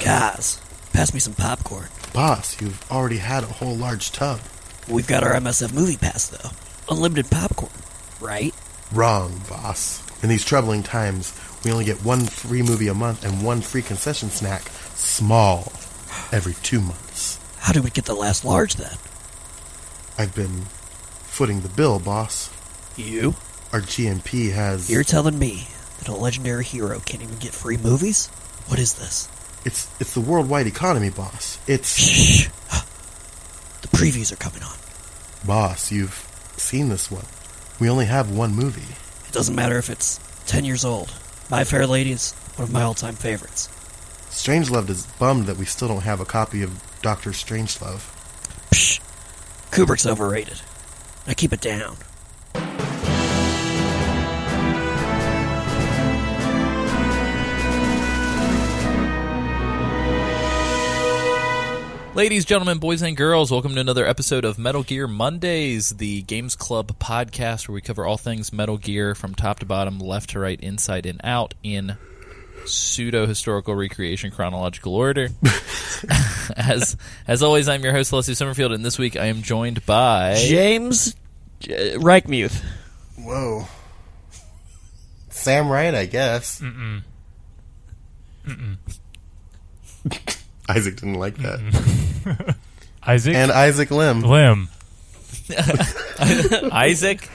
Guys, pass me some popcorn. Boss, you've already had a whole large tub. We've got our MSF movie pass, though. Unlimited popcorn, right? Wrong, boss. In these troubling times, we only get one free movie a month and one free concession snack, small, every two months. How did we get the last large then? I've been footing the bill, boss. You? Our GMP has. You're telling me that a legendary hero can't even get free movies? What is this? It's, it's the worldwide economy, boss. It's. Shh! The previews are coming on. Boss, you've seen this one. We only have one movie. It doesn't matter if it's 10 years old. My Fair Lady is one of my all time favorites. Strangelove is bummed that we still don't have a copy of Doctor Strangelove. Psh! Kubrick's overrated. Now keep it down. Ladies, gentlemen, boys, and girls, welcome to another episode of Metal Gear Mondays, the Games Club podcast where we cover all things Metal Gear from top to bottom, left to right, inside and out in pseudo historical recreation chronological order. as as always, I'm your host, Leslie Summerfield, and this week I am joined by James uh, J- Reichmuth. Whoa. Sam Wright, I guess. Mm-mm. Mm-mm. Isaac didn't like that. Mm-hmm. Isaac And Isaac Lim. Lim. Isaac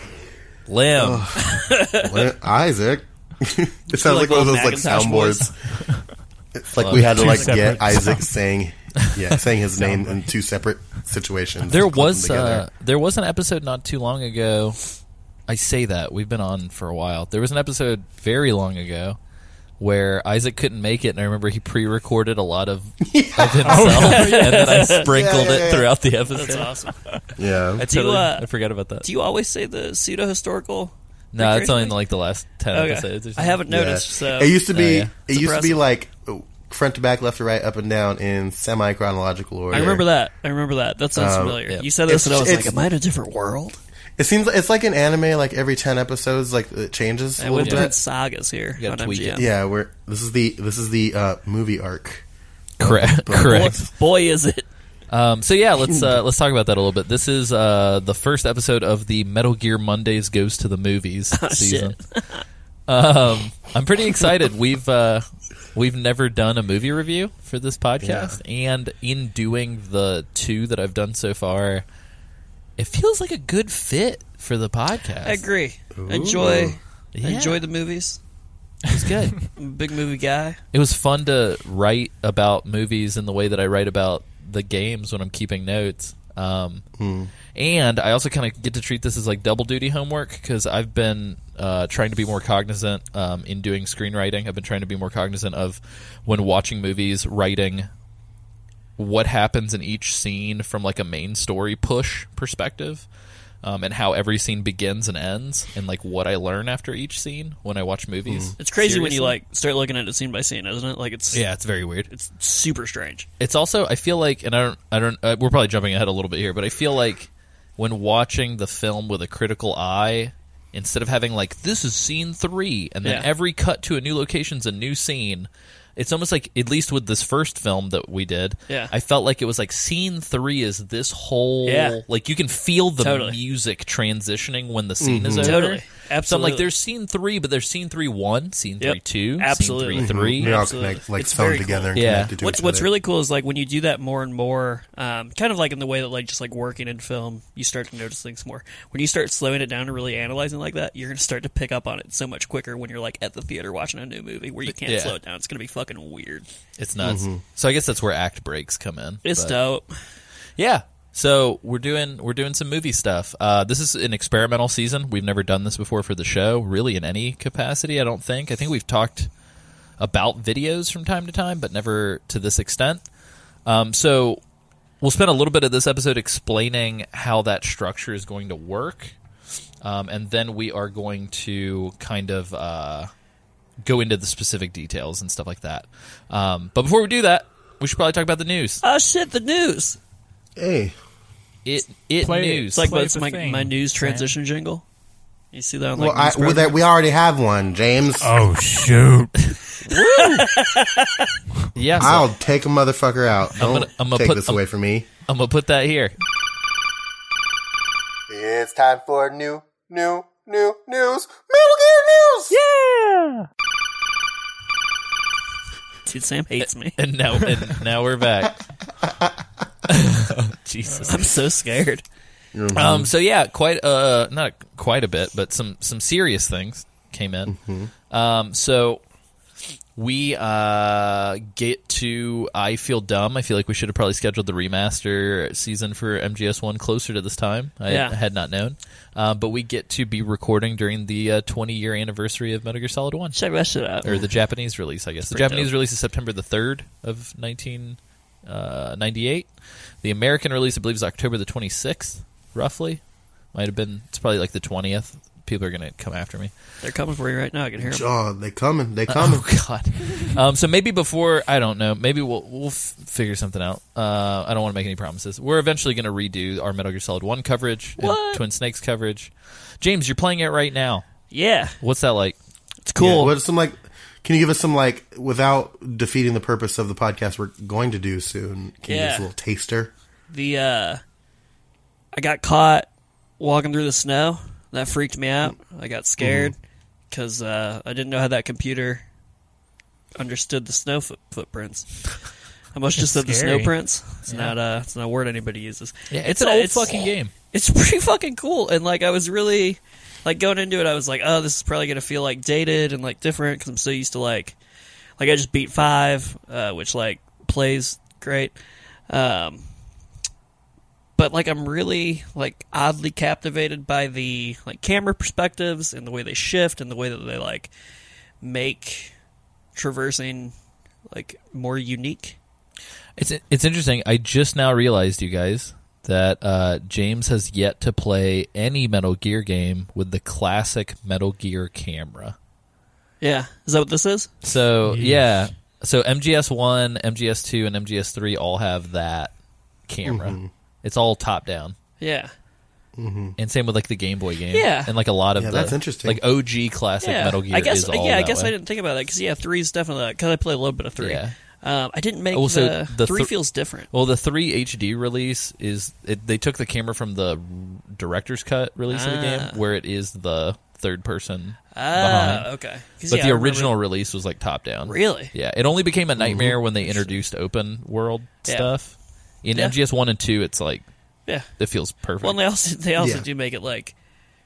Lim. Li- Isaac. it sounds like, like one of those little like Macintosh soundboards. it's like we had to Two like separate get Isaac saying, yeah, saying his name in two separate situations. There and clip was them together. uh, there was an episode not too long ago. I say that we've been on for a while. There was an episode very long ago where Isaac couldn't make it, and I remember he pre-recorded a lot of, of himself, and then I Oh, Yeah, yeah, sprinkled yeah. it throughout the episode. That's awesome. yeah. I totally uh, I forgot about that. Do you always say the pseudo historical? no, it's only in like the last ten episodes. Or Okay. I something. haven't noticed. So Yeah. it used to be. yeah. It used to be impressive. like oh, front to back, left to right, up and down in semi chronological order. I remember that. I remember that. That sounds Um, familiar. yeah. You said this, It's- and I was it's- like, Like, am I in a different world? It seems like, it's like an anime. Like every ten episodes, like it changes a I went little different bit. sagas here You on gotta tweak it. MGM. Yeah, we're this is the this is the uh, movie arc. correct. Boy, correct. boy, is it! Um, so yeah, let's uh, let's talk about that a little bit. This is uh, the first episode of the Metal Gear Mondays goes to the movies Oh, season. um, I'm pretty excited. We've uh, we've never done a movie review for this podcast, and in doing the two that I've done so far, it feels like a good fit for the podcast. I agree. Ooh. Enjoy, Yeah. enjoy the movies. It was good. I'm a big movie guy. it was fun to write about movies in the way that I write about the games when I'm keeping notes. Um, Hmm. And I also kind of get to treat this as like double duty homework because I've been uh, trying to be more cognizant um, in doing screenwriting. I've been trying to be more cognizant of when watching movies, writing what happens in each scene from like a main story push perspective. Um, and how every scene begins and ends, and like what I learn after each scene when I watch movies. It's crazy when you Seriously. like start looking at it scene by scene, isn't it? Like it's Yeah, it's very weird. it's super strange. it's also I feel like, and I don't, I don't. Uh, we're probably jumping ahead a little bit here, but I feel like when watching the film with a critical eye, instead of having like this is scene three, and then Yeah. every cut to a new location's a new scene. It's almost like, at least with this first film that we did, Yeah. I felt like it was like scene three is this whole Yeah. like you can feel the Totally. Mm-hmm. music transitioning when the scene is over. Totally. So I'm like, Absolutely. there's scene three, but there's scene three one, scene Yep. three two, Absolutely. scene Mhm. three three. They all Absolutely. connect, like It's sewn very together cool. and Yeah. connected to What's each What's other. really cool is like when you do that more and more, um, kind of like in the way that like just like working in film, you start to notice things more. When you start slowing it down and really analyzing like that, you're gonna start to pick up on it so much quicker when you're like at the theater watching a new movie where you can't Yeah. slow it down. It's gonna be fucking weird. It's nuts. So I guess that's where act breaks come in. It's But- dope. Yeah. So we're doing we're doing some movie stuff. Uh, this is an experimental season. We've never done this before for the show, really in any capacity. I don't think. I think we've talked about videos from time to time, but never to this extent. Um, so we'll spend a little bit of this episode explaining how that structure is going to work, um, and then we are going to kind of uh, go into the specific details and stuff like that. Um, but before we do that, we should probably talk about the news. Oh shit, the news. hey, It it Play it. It's news. It's like Play that's the my, thing, my news Sam. transition jingle. You see that on well, like news I, well, programs? that Um, we already have one, James. Oh shoot! Yeah, so I'll take a motherfucker out. Don't gonna- I'm gonna take put- this I'm- away from me. I'm gonna put that here. It's time for new, new, new news. Metal Gear news. Dude, Sam hates me. And now, and now we're back. Jesus. I'm so scared. Um, so yeah, quite uh, not quite a bit, but some some serious things came in. Um, so we uh get to I feel dumb. I feel like we should have probably scheduled the remaster season for MGS One closer to this time. I Yeah. had not known, uh, but we get to be recording during the uh, 20 year anniversary of Metal Gear Solid One Check that shit out. or the Japanese release, I guess. The pretty Japanese release is September the 3rd of 1998. The American release, I believe, is October the 26th, roughly. Might have been, it's probably like the 20th. People are going to come after me. They're coming for you right now. I can hear them. Oh, they coming. They coming. Oh, God. um, so maybe before, I don't know, maybe we'll, we'll f- figure something out. Uh, I don't want to make any promises. We're eventually going to redo our Metal Gear Solid 1 coverage and What? Twin Snakes coverage. James, you're playing it right now. Yeah, What's that like? it's cool. Yeah, what some like? Can you give us some like without defeating the purpose of the podcast we're going to do soon? Can you give us Yeah. a little taster? the uh I got caught walking through the snow. That freaked me out. I Mm-hmm. got scared because uh, I didn't know how that computer understood the snow foot- footprints. I must just said the scary. snow prints. It's not uh, it's not a word anybody uses. Yeah, it's, an old it's- fucking game. It's pretty fucking cool. And like I was really like going into it, I was like, oh, this is probably gonna feel like dated and like different because I'm so used to like like I just beat five, uh, which like plays great. Um, but like I'm really like oddly captivated by the like camera perspectives and the way they shift and the way that they like make traversing like more unique. It's it's interesting. I just now realized, you guys, that uh, James has yet to play any Metal Gear game with the classic Metal Gear camera. Yeah, is that what this is? So Jeez. yeah, so MGS one, MGS two, and MGS three all have that camera. Mm-hmm. It's all top down, Yeah, and same with like the Game Boy game. Yeah. and like a lot of Yeah, the, that's interesting. Like OG classic Metal Gear I guess, is all yeah, I that guess way. I didn't think about that because yeah, three is definitely that because I played a little bit of three. Yeah. Um, I didn't make Also, the, the three thr- feels different. Well, the three HD release is it, they took the camera from the director's cut release of the Ah. game, where it is the third person behind. Ah, okay. 'Cause, But yeah, I the remember- original release was like top down. Really? Yeah. It only became a nightmare when they introduced open world Yeah. stuff. In Yeah. MGS one and two, it's like yeah. it feels perfect. Well, and they also they also Yeah. do make it like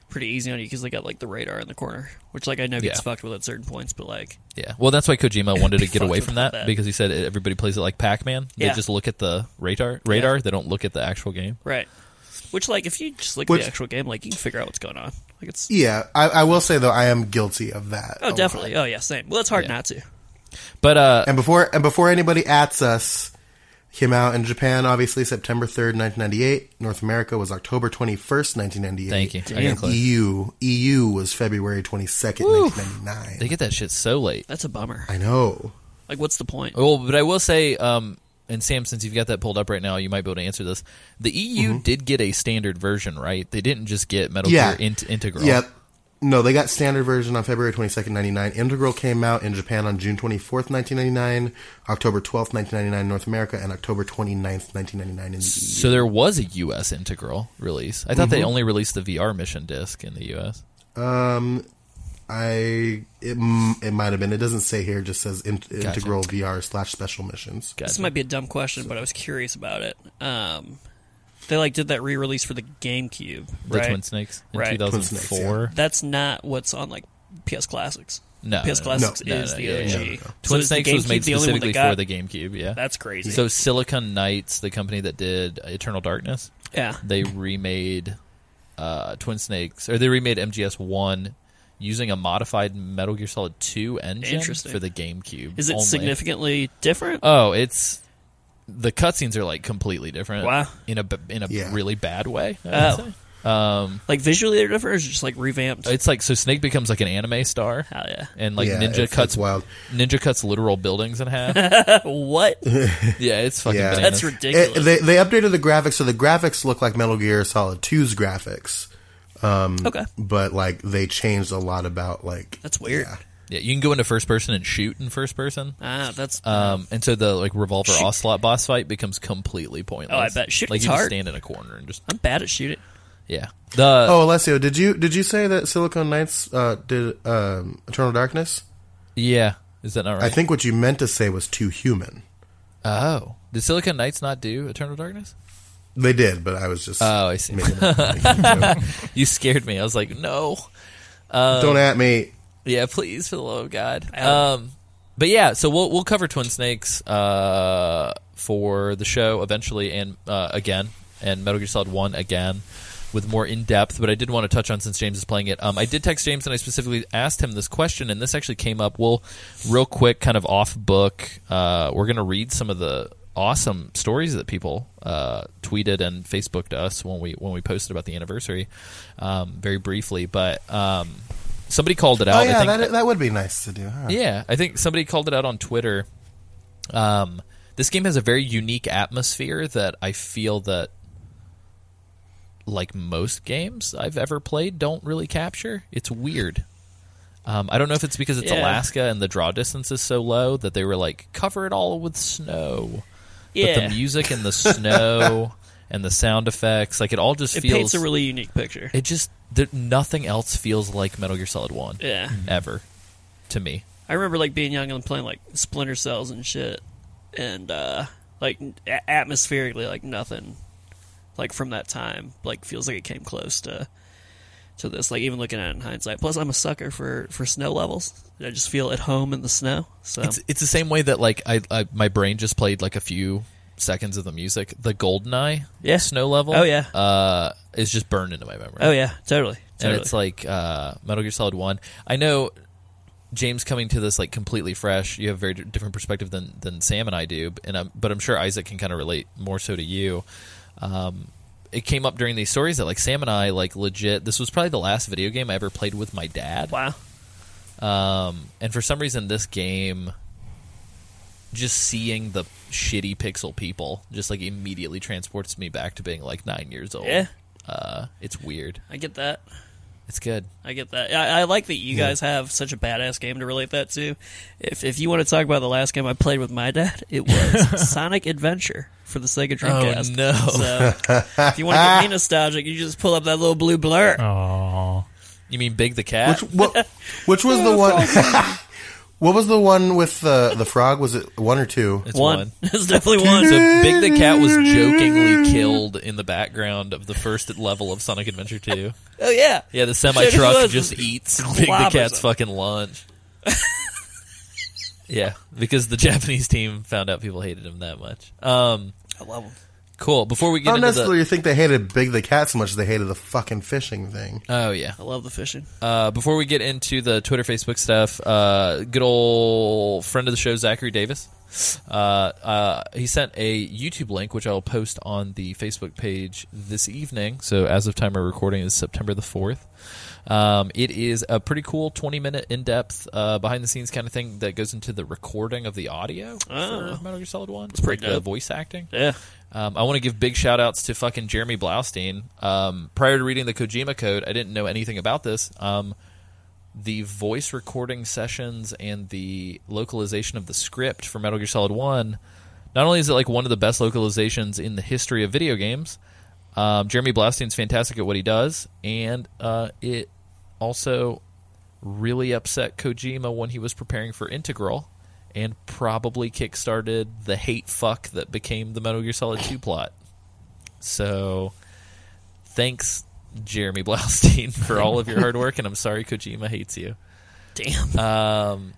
pretty easy on you because they got like the radar in the corner, which like I know gets Yeah. fucked with at certain points, but like yeah. Well, that's why Kojima wanted to get away fucked from about that, that. because he said everybody plays it like Pac Man. They Yeah. just look at the radar. Radar. They don't look at the actual game. right, which like if you just look Which- at the actual game, like you can figure out what's going on. Like it's Yeah, I, I will say though I am guilty of that. a oh lot. definitely oh yeah same. Well, it's hard Yeah. not to. But uh, And before and before anybody ats us, came out in Japan obviously September third, nineteen ninety eight. North America was October twenty first, nineteen ninety eight. Thank you. I got And E close. EU EU was February twenty second, nineteen ninety they nine. get that shit so late. That's a bummer. I know. Like what's the point? Well, but I will say, um, and Sam, since you've got that pulled up right now, you might be able to answer this. The EU did get a standard version, right? They didn't just get Metal Yeah. Gear in- Integral. Yep. No, they got standard version on February 22nd, 99. Integral came out in Japan on June 24th, 1999, October 12th, 1999 North America, and October 29th, 1999 in the EU. So there was a US Integral release. I thought they only released the VR mission disc in the US. Um, I it, m- it might have been. It doesn't say here. It just says in- integral VR slash special missions. Gotcha. This might be a dumb question, but I was curious about it. Um, they like did that re-release for the GameCube, the right? Twin Snakes in Right. Twin Snakes, 2004. That's not what's on like PS Classics. No, PS no, no. Classics No, is no, the yeah, OG. yeah, no, no. So Twin is the Snakes was GameCube made the only one specifically that got? for the GameCube, yeah. That's crazy. so Silicon Knights, the company that did Eternal Darkness, yeah, they remade uh, Twin Snakes, or they remade MGS One using a modified Metal Gear Solid Two engine Interesting. for the GameCube. is it only. significantly different? Oh, it's the cutscenes are like completely different. Wow. in a b- in a Yeah. really bad way. I would Oh. say. like visually they're different, or is it just like revamped? It's like so Snake becomes like an anime star, Hell yeah! and like Yeah, Ninja it's- it's cuts wild. Ninja cuts literal buildings in half. What? yeah, it's fucking. Yeah. bananas. That's It, ridiculous. they they updated the graphics, so the graphics look like Metal Gear Solid 2's graphics, okay, but like they changed a lot about like that's weird. Yeah, you can go into first person and shoot in first person. Ah, that's Um, and so the like revolver Shoot. oslot boss fight becomes completely pointless. Oh, I bet. Shooting's like you hard. just stand in a corner and just I'm bad at shooting. yeah. The Oh, Alessio, did you did you say that Silicon Knights uh, did um, Eternal Darkness? yeah, is that not right? I think what you meant to say was too human. oh, did Silicon Knights not do Eternal Darkness? They did, but I was just Oh, I see. making a joke. you scared me. I was like, no. Don't at me. Oh, Yeah, please, for the love of God. Um, but yeah, so we'll we'll cover Twin Snakes uh, for the show eventually, and uh, again, and Metal Gear Solid One again with more in depth. But I did want to touch on since James is playing it. Um, I did text James and I specifically asked him this question, and this actually came up. We'll real quick, kind of off book. Uh, we're gonna read some of the awesome stories that people uh, tweeted and Facebooked us when we when we posted about the anniversary, um, very briefly, but. Um, Somebody called it out. Oh I yeah, think- that, that would be nice to do. Huh? yeah, I think somebody called it out on Twitter. Um, this game has a very unique atmosphere that I feel that, like most games I've ever played, don't really capture. It's weird. Um, I don't know if it's because it's Yeah. Alaska and the draw distance is so low that they were like cover it all with snow. Yeah, But the music and the snow and the sound effects, like it all just it feels. paints a really unique picture. it just there, nothing else feels like Metal Gear Solid One yeah, ever to me. I remember like being young and playing like Splinter Cells and shit, and uh, like a- atmospherically, like nothing, like from that time, like feels like it came close to to this. Like even looking at it in hindsight. Plus, I'm a sucker for for snow levels. I just feel at home in the snow. So It's it's the same way that like I, I my brain just played like a few seconds of the music. The Goldeneye, Yeah. snow level, Oh, yeah. uh, is just burned into my memory. oh yeah, totally, and totally. it's like uh, Metal Gear Solid One. I know James coming to this like completely fresh. You have a very d- different perspective than than Sam and I do, b- and i but I'm sure Isaac can kind of relate more so to you. Um, it came up during these stories that like Sam and I like legit. This was probably the last video game I ever played with my dad. wow. Um, and for some reason, this game, just seeing the shitty pixel people, just like immediately transports me back to being like nine years old. Yeah. Uh, it's weird. I get that. It's good. I get that. I, I like that you guys have such a badass game to relate that to. If if you want to talk about the last game I played with my dad, it was Sonic Adventure for the Sega Dreamcast. no. So if you want to get me nostalgic, you just pull up that little blue blur. Oh, You mean Big the Cat? Which, what, which was the one? what was the one with uh, the the frog? Was it one or two? it's one. one. it's definitely one. So Big the Cat was jokingly killed in the background of the first level of Sonic Adventure 2. oh yeah. Yeah, the semi truck was. just eats Big the Clobbers Cat's him. fucking lunch. yeah, because the Japanese team found out people hated him that much. Um, I love 'em. Cool. Before we get Not into the necessarily think they hated Big the Cat so much as they hated the fucking fishing thing. oh yeah, I love the fishing. uh, before we get into the Twitter, Facebook stuff, uh, good old friend of the show Zachary Davis, uh, uh, he sent a YouTube link which I'll post on the Facebook page this evening. So as of time of recording is September the fourth. Um, it is a pretty cool twenty minute in depth uh, behind the scenes kind of thing that goes into the recording of the audio Oh. for Metal Gear Solid One. It's pretty like the dope. voice acting. Yeah. Um, I want to give big shout outs to fucking Jeremy Blaustein. Um, prior to reading the Kojima code, I didn't know anything about this. Um, the voice recording sessions and the localization of the script for Metal Gear Solid 1, not only is it like one of the best localizations in the history of video games, um, Jeremy Blaustein's fantastic at what he does, and uh, it also really upset Kojima when he was preparing for Integral and probably kickstarted the hate fuck that became the Metal Gear Solid 2 plot. So thanks, Jeremy Blaustein, for all of your hard work, and I'm sorry Kojima hates you. Damn.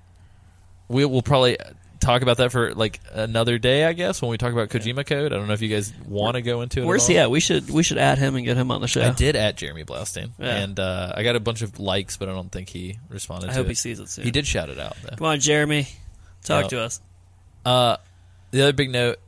We will probably talk about that for like another day, I guess, when we talk about Kojima Code. I don't know if you guys want to go into it. Where's at all. he at? We should we should add him and get him on the show. I did at Jeremy Blaustein, Yeah. and uh, I got a bunch of likes, but I don't think he responded. I to hope it. he sees it soon. He did shout it out though. Come on, Jeremy. Talk No. to us. The other big note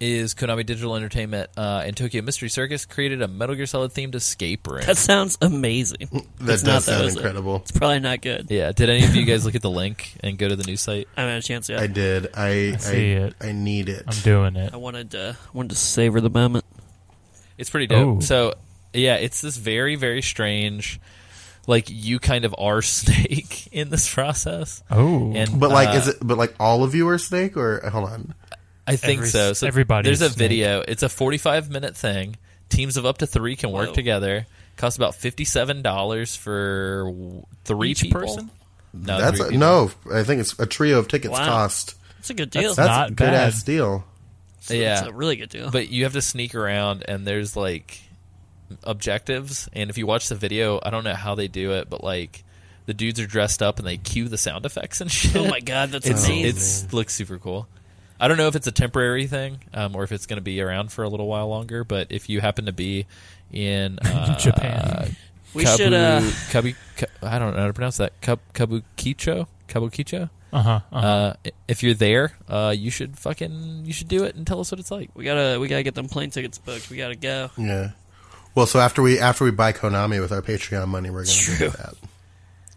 is Konami Digital Entertainment uh, and Tokyo Mystery Circus created a Metal Gear Solid themed escape room. That sounds amazing. That It's not does though, sound is it? incredible. It's probably not good. yeah. Did any of you guys look at the link and go to the new site? I haven't had a chance yet. I did. I I, see it. I need it. I'm doing it. I wanted to wanted to savor the moment. Oh. It's pretty dope. Ooh. So yeah, it's this very very strange like you kind of are Snake in this process. Oh, And But like, uh, is it? But like, all of you are Snake, or hold on. I think Every- so. so everybody There's is a Snake. video. It's a 45 minute thing. Teams of up to three can work Whoa. together. Costs about fifty-seven dollars for w- three Each people. person? No, That's three a, people. no. I think it's a trio of tickets Wow. cost. It's a good deal. That's Not a good bad. ass deal. yeah. It's a really good deal. but you have to sneak around and there's like objectives and if you watch the video i don't know how they do it but like the dudes are dressed up and they cue the sound effects and shit oh my god, that's it's amazing. it's looks super cool i don't know if it's a temporary thing um, or if it's going to be around for a little while longer but if you happen to be in uh, Japan. we should uh, Kabu, Kabu- i don't know how to pronounce that Kab, kabukicho kabukicho uh huh. Uh-huh. uh, if you're there uh, you should fucking you should do it and tell us what it's like we gotta we gotta get them plane tickets booked. We gotta go. Yeah. Well, so after we after we buy Konami with our Patreon money, we're gonna do that.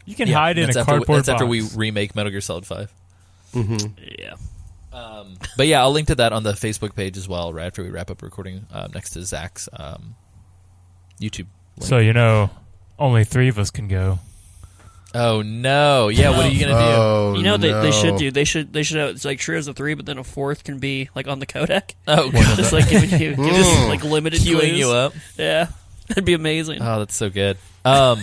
You can Yeah, hide in a that's after we- cardboard That's after we box. remake Metal Gear Solid Five. Yeah. But yeah, I'll link to that on the Facebook page as well. Right after we wrap up recording, uh, next to Zach's um, YouTube. Link. so you know, only three of us can go. oh no! Yeah, what are you gonna do? Oh, you know they, no. they should do. They should they should have it's like trios of three, but then a fourth can be like on the codec. Oh, God. just like giving you giving you, like limited Hmm. queuing clues. you up. Yeah. That'd be amazing. Oh, that's so good. Um,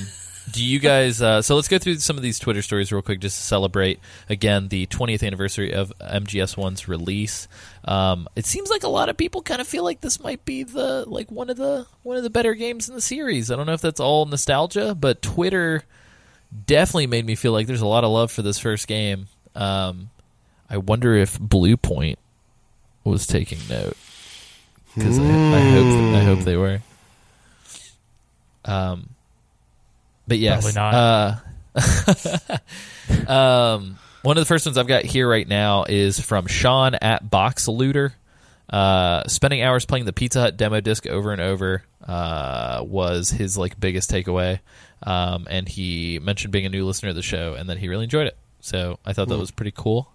do you guys? Uh, so let's go through some of these Twitter stories real quick, just to celebrate again the 20th anniversary of MGS One's release. Um, it seems like a lot of people kind of feel like this might be the like one of the one of the better games in the series. I don't know if that's all nostalgia, but Twitter definitely made me feel like there's a lot of love for this first game. Um, I wonder if Blue Point was taking note because I, I hope I hope they were. Um, but yes, Probably not. Uh, um, one of the first ones I've got here right now is from Sean at Box Looter. Uh, spending hours playing the Pizza Hut demo disc over and over uh, was his like biggest takeaway, um, and he mentioned being a new listener of the show and that he really enjoyed it. So I thought that was pretty cool.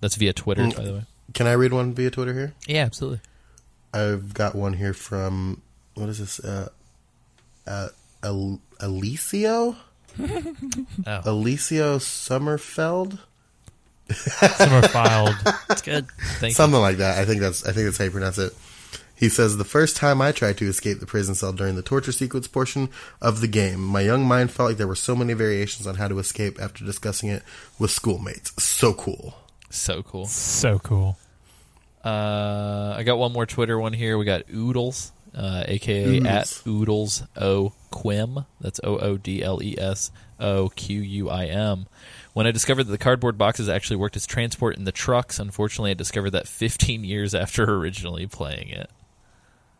That's via Twitter, by the way. Can I read one via Twitter here? Yeah, absolutely. I've got one here from what is this? Uh, uh, El- Alicio, Alicio Sommerfeld, Some are filed. That's good. Thank you. something like that. I think that's I think that's how you pronounce it. He says the first time I tried to escape the prison cell during the torture sequence portion of the game, my young mind felt like there were so many variations on how to escape after discussing it with schoolmates. So cool. So cool. so cool. Uh, I got one more Twitter one here. We got Oodles, uh, aka Oodles. at Oodles O Quim. That's O O D L E S O Q U I M. When I discovered that the cardboard boxes actually worked as transport in the trucks, unfortunately, I discovered that 15 years after originally playing it.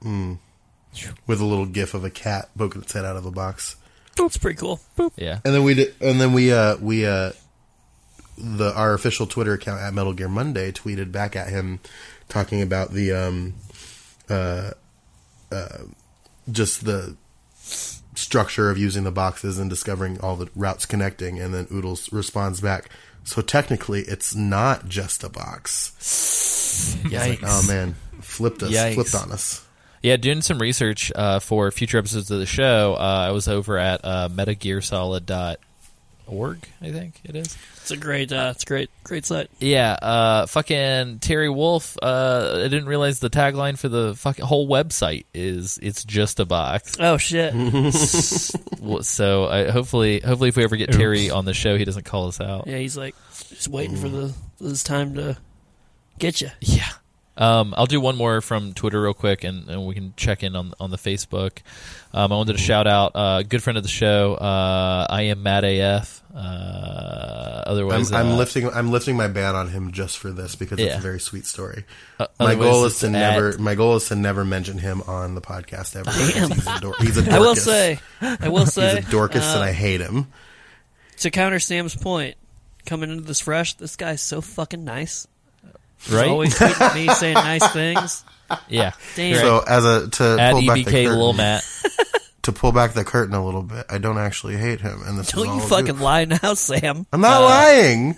with a little gif of a cat poking its head out of a box. That's pretty cool. Yeah. And then we did, and then we uh we uh the our official Twitter account at Metal Gear Monday tweeted back at him talking about the um uh uh just the structure of using the boxes and discovering all the routes connecting and then Oodles responds back so technically it's not just a box. Yikes. Oh man, flipped us, Yikes. flipped on us. Yeah, doing some research uh, for future episodes of the show, uh, I was over at uh, metagearsolid.org, I think it is. It's a great uh, it's a great great site. Yeah, uh, fucking Terry Wolf. Uh, I didn't realize the tagline for the fucking whole website is "It's just a box." Oh shit. Well, so I, hopefully, hopefully, if we ever get Oops. Terry on the show, he doesn't call us out. Yeah, he's like just waiting for the for this time to get you. Yeah. Um, I'll do one more from Twitter real quick, and, and we can check in on on the Facebook. Um, I wanted to shout out a uh, good friend of the show. Uh, I am Matt AF. Uh, I'm, otherwise, I'm uh, lifting. I'm lifting my ban on him just for this because it's Yeah. a very sweet story. Uh, my otherwise goal is it's to at- never. My goal is to never mention him on the podcast ever. Damn. He's a, dor- he's a dorkus. I will say, I will he's say, a dorkus, uh, and I hate him. to counter Sam's point, coming into this fresh, this guy's so fucking nice. He's right. always tweeting me saying nice things. yeah. Damn. So as a to At pull back the EBK curtain, Lil Matt. to pull back the curtain a little bit, I don't actually hate him. And this is Don't all you due- fucking lie now, Sam. I'm Uh, not lying.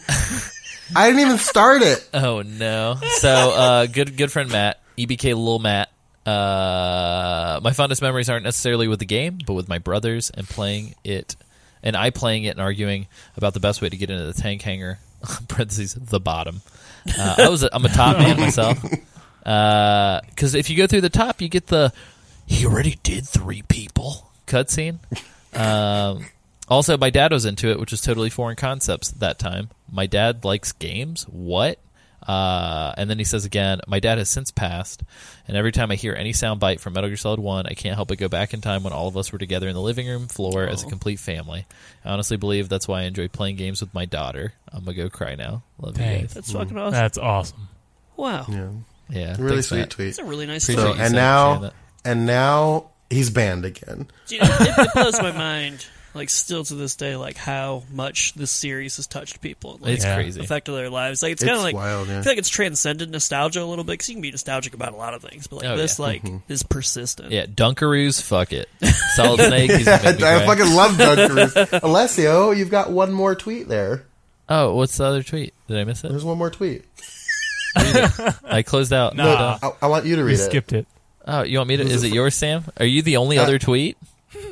I didn't even start it. Oh no! So uh, good, good friend Matt, EBK Lil Matt. Uh, my fondest memories aren't necessarily with the game, but with my brothers and playing it, and I playing it and arguing about the best way to get into the tank hangar (parentheses the bottom). Uh, I was a, I'm a top man myself because Uh, if you go through the top, you get the he already did three people cutscene. Um, also, my dad was into it, which was totally foreign concepts at that time. My dad likes games. What? Uh, and then he says again, my dad has since passed, and every time I hear any sound bite from Metal Gear Solid 1, I can't help but go back in time when all of us were together in the living room floor as a Oh. complete family. I honestly believe that's why I enjoy playing games with my daughter. I'm going to go cry now. Love you Dang. guys. That's fucking awesome. That's awesome. Wow. Mm. Yeah. Yeah. Really thanks, sweet Matt. tweet. That's a really nice Appreciate So story. you and saying- saying now that. and now he's banned again. Dude, it, it blows my mind, like still to this day, like how much this series has touched people. Like, It's Yeah. crazy. affected their lives. Like it's It's kind of like wild, yeah. I feel like it's transcended nostalgia a little bit because you can be nostalgic about a lot of things, but like Oh, this yeah. like Mm-hmm. is persistent. Yeah, Dunkaroos, fuck it. Solid Snake. He's I, made me cry. fucking love Dunkaroos. Alessio, you've got one more tweet there. Oh, what's the other tweet? Did I miss it? There's one more tweet. I closed out. Nah. Hold on. I, I want you to We read it. skipped it. Oh, you want me to? Is it yours, Sam? Are you the Uh, only other tweet?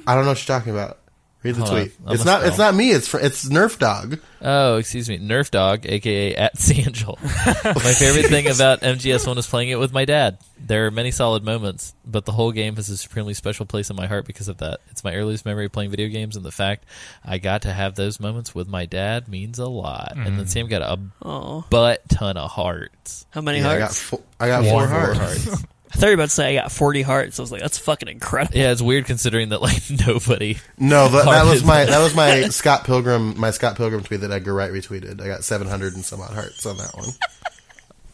I don't know what you're talking about. Read the Hold on. tweet. I'm It's gonna not. It's scroll. not me. It's fr- it's Nerf Dog. Oh, excuse me, Nerf Dog, aka at Sangel. my favorite thing about MGS One is playing it with my dad. There are many solid moments, but the whole game has a supremely special place in my heart because of that. It's my earliest memory of playing video games, and the fact I got to have those moments with my dad means a lot. And then Sam got a Oh, butt ton of hearts. how many Yeah, I got hearts? four, I got four hearts. I thought you were about to say I got forty hearts. I was like, that's fucking incredible. Yeah, it's weird considering that like nobody. No, but that Heart was is- my that was my Scott Pilgrim my Scott Pilgrim tweet that Edgar Wright retweeted. I got 700 and some odd hearts on that one.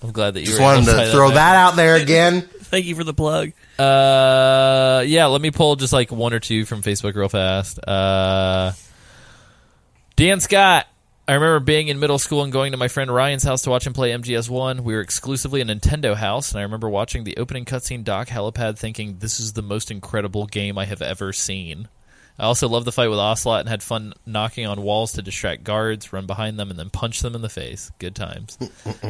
I'm glad that you Just were able wanted to tie to throw back. that out there again. Thank you for the plug. Uh, yeah, let me pull just like one or two from Facebook real fast. Uh, Dan Scott. I remember being in middle school and going to my friend Ryan's house to watch him play MGS1. We were exclusively a Nintendo house, and I remember watching the opening cutscene Doc Helipad thinking, this is the most incredible game I have ever seen. I also loved the fight with Ocelot and had fun knocking on walls to distract guards, run behind them, and then punch them in the face. Good times.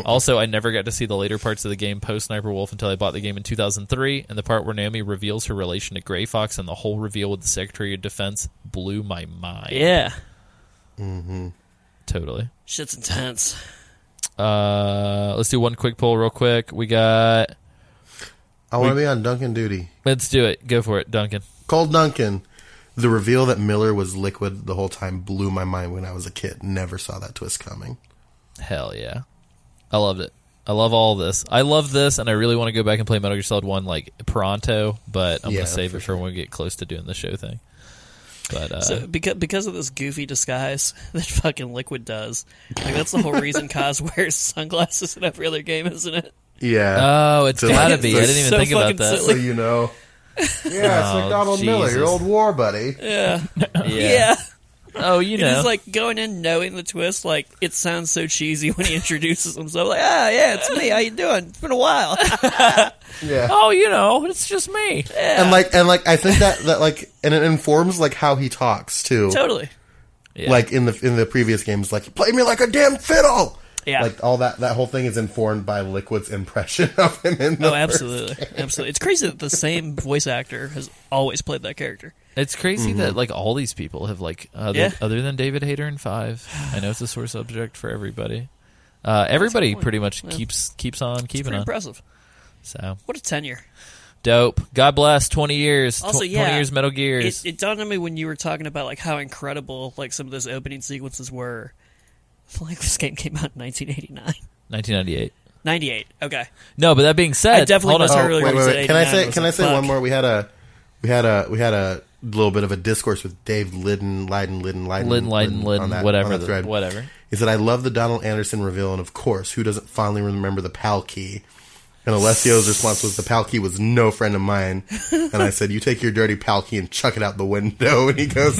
also, I never got to see the later parts of the game post Sniper Wolf until I bought the game in 2003, and the part where Naomi reveals her relation to Gray Fox and the whole reveal with the Secretary of Defense blew my mind. Yeah, Totally. shit's intense. Uh, let's do one quick poll real quick. We got. I want to be on Duncan duty. Let's do it. Go for it, Duncan. Cold Duncan. The reveal that Miller was liquid the whole time blew my mind when I was a kid. Never saw that twist coming. Hell yeah, I loved it. I love all this. I love this, and I really want to go back and play Metal Gear Solid One like pronto, but I'm Yeah, gonna save for it for when we get close to doing the show thing. But uh, So because because of this goofy disguise that fucking Liquid does, like that's the whole reason Kaz wears sunglasses in every other game, isn't it? Yeah. oh, it's So- gotta be. I so- didn't even so think about fucking that. silly. you know. Yeah, it's Oh, McDonald Miller, your Jesus. old war buddy. Yeah. Oh, you It know. is like going in knowing the twist. Like it sounds so cheesy when he introduces himself. Like, ah, yeah, it's me. How you doing? It's been a while. Yeah. oh, you know. It's just me. And like and like I think that that like and it informs like how he talks too. totally. Yeah. Like in the in the previous games like play me like a damn fiddle. Yeah. Like all that that whole thing is informed by Liquid's impression of him in the oh, absolutely, absolutely. It's crazy that the same voice actor has always played that character. It's crazy Mm-hmm. that like all these people have like other, Yeah. other than David Hayter and Five. I know it's a sore subject for everybody. Uh, everybody pretty much keeps keeps on keeping Pretty on. impressive. So What a tenure. dope. God bless. Twenty years. Tw- Also, Twenty yeah, years. Metal Gears. It, it dawned on me when you were talking about like how incredible like some of those opening sequences were. Like this game came out in 1989, Nineteen ninety eight. 98. Okay, No, but that being said, I definitely hold on. missed Oh, her. earlier when you said Can I 89, say I was can I like, say one fuck. more? We had a we had a we had a little bit of a discourse with Dave Lydon, Lydon, Lydon, Lydon, Lydon, Lydon, Lydon, whatever, the- thread. whatever. He said, "I love the Donald Anderson reveal, and of course, who doesn't fondly remember the pal key?" And Alessio's response was, "The pal key was no friend of mine." and I said, "You take your dirty pal key and chuck it out the window." And he goes,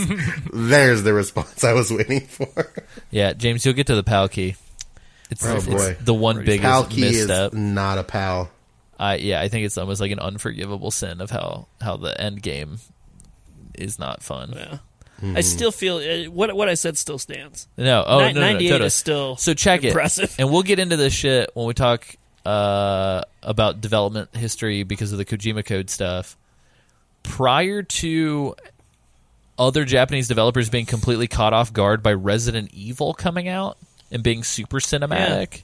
"There's the response I was waiting for." Yeah, James, you'll get to the pal key. It's, Oh, it's boy. the one biggest Pal key is misstep. not a pal. I yeah, I think it's almost like an unforgivable sin of how how the end game is not fun. Yeah. Hmm. I still feel uh, what what I said still stands. No, oh Nin- no, no, no, 98 totally. is still so check impressive. it, and we'll get into this shit when we talk uh, about development history because of the Kojima Code stuff. Prior to other Japanese developers being completely caught off guard by Resident Evil coming out and being super cinematic.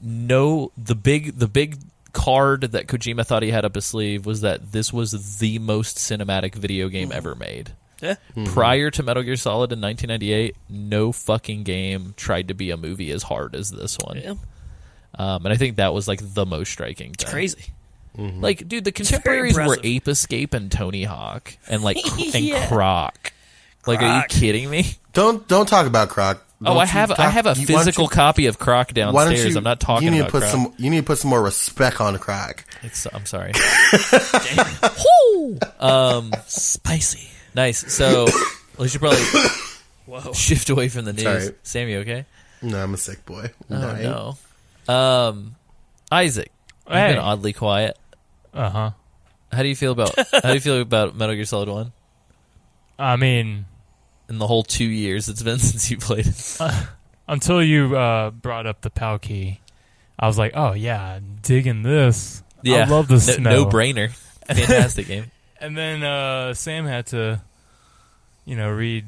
No, the big the big card that Kojima thought he had up his sleeve was that this was the most cinematic video game Mm-hmm. ever made. Yeah. Hmm. Mm-hmm. Prior to Metal Gear Solid in 1998, no fucking game tried to be a movie as hard as this one. Yeah. Um, and I think that was like the most striking. Thing. Crazy. Mm-hmm. Like, dude, the very contemporaries were impressive. Ape Escape and Tony Hawk and like cr- and Yeah. Croc. Like, are you Croc. kidding me? Don't don't talk about Croc. Oh, Don't I you have talk- I have a you- why don't physical you- copy of Croc Why don't downstairs. you? I'm not talking You need about to put Croc. some. You need to put some more respect on Croc. It's, I'm sorry. Um, Spicy. nice. So we should probably Whoa. shift away from the news. Sorry. Sam, you okay? No, I'm a sick boy. Oh Dying. no. Um, Isaac, you've Hey. been oddly quiet. Uh huh. How do you feel about How do you feel about Metal Gear Solid One? I mean, In the whole two years it's been since you played it. until you uh, brought up the POW key, I was like, oh yeah, digging this. I love the no, snow. No brainer. Fantastic game. And then uh, Sam had to, you know, read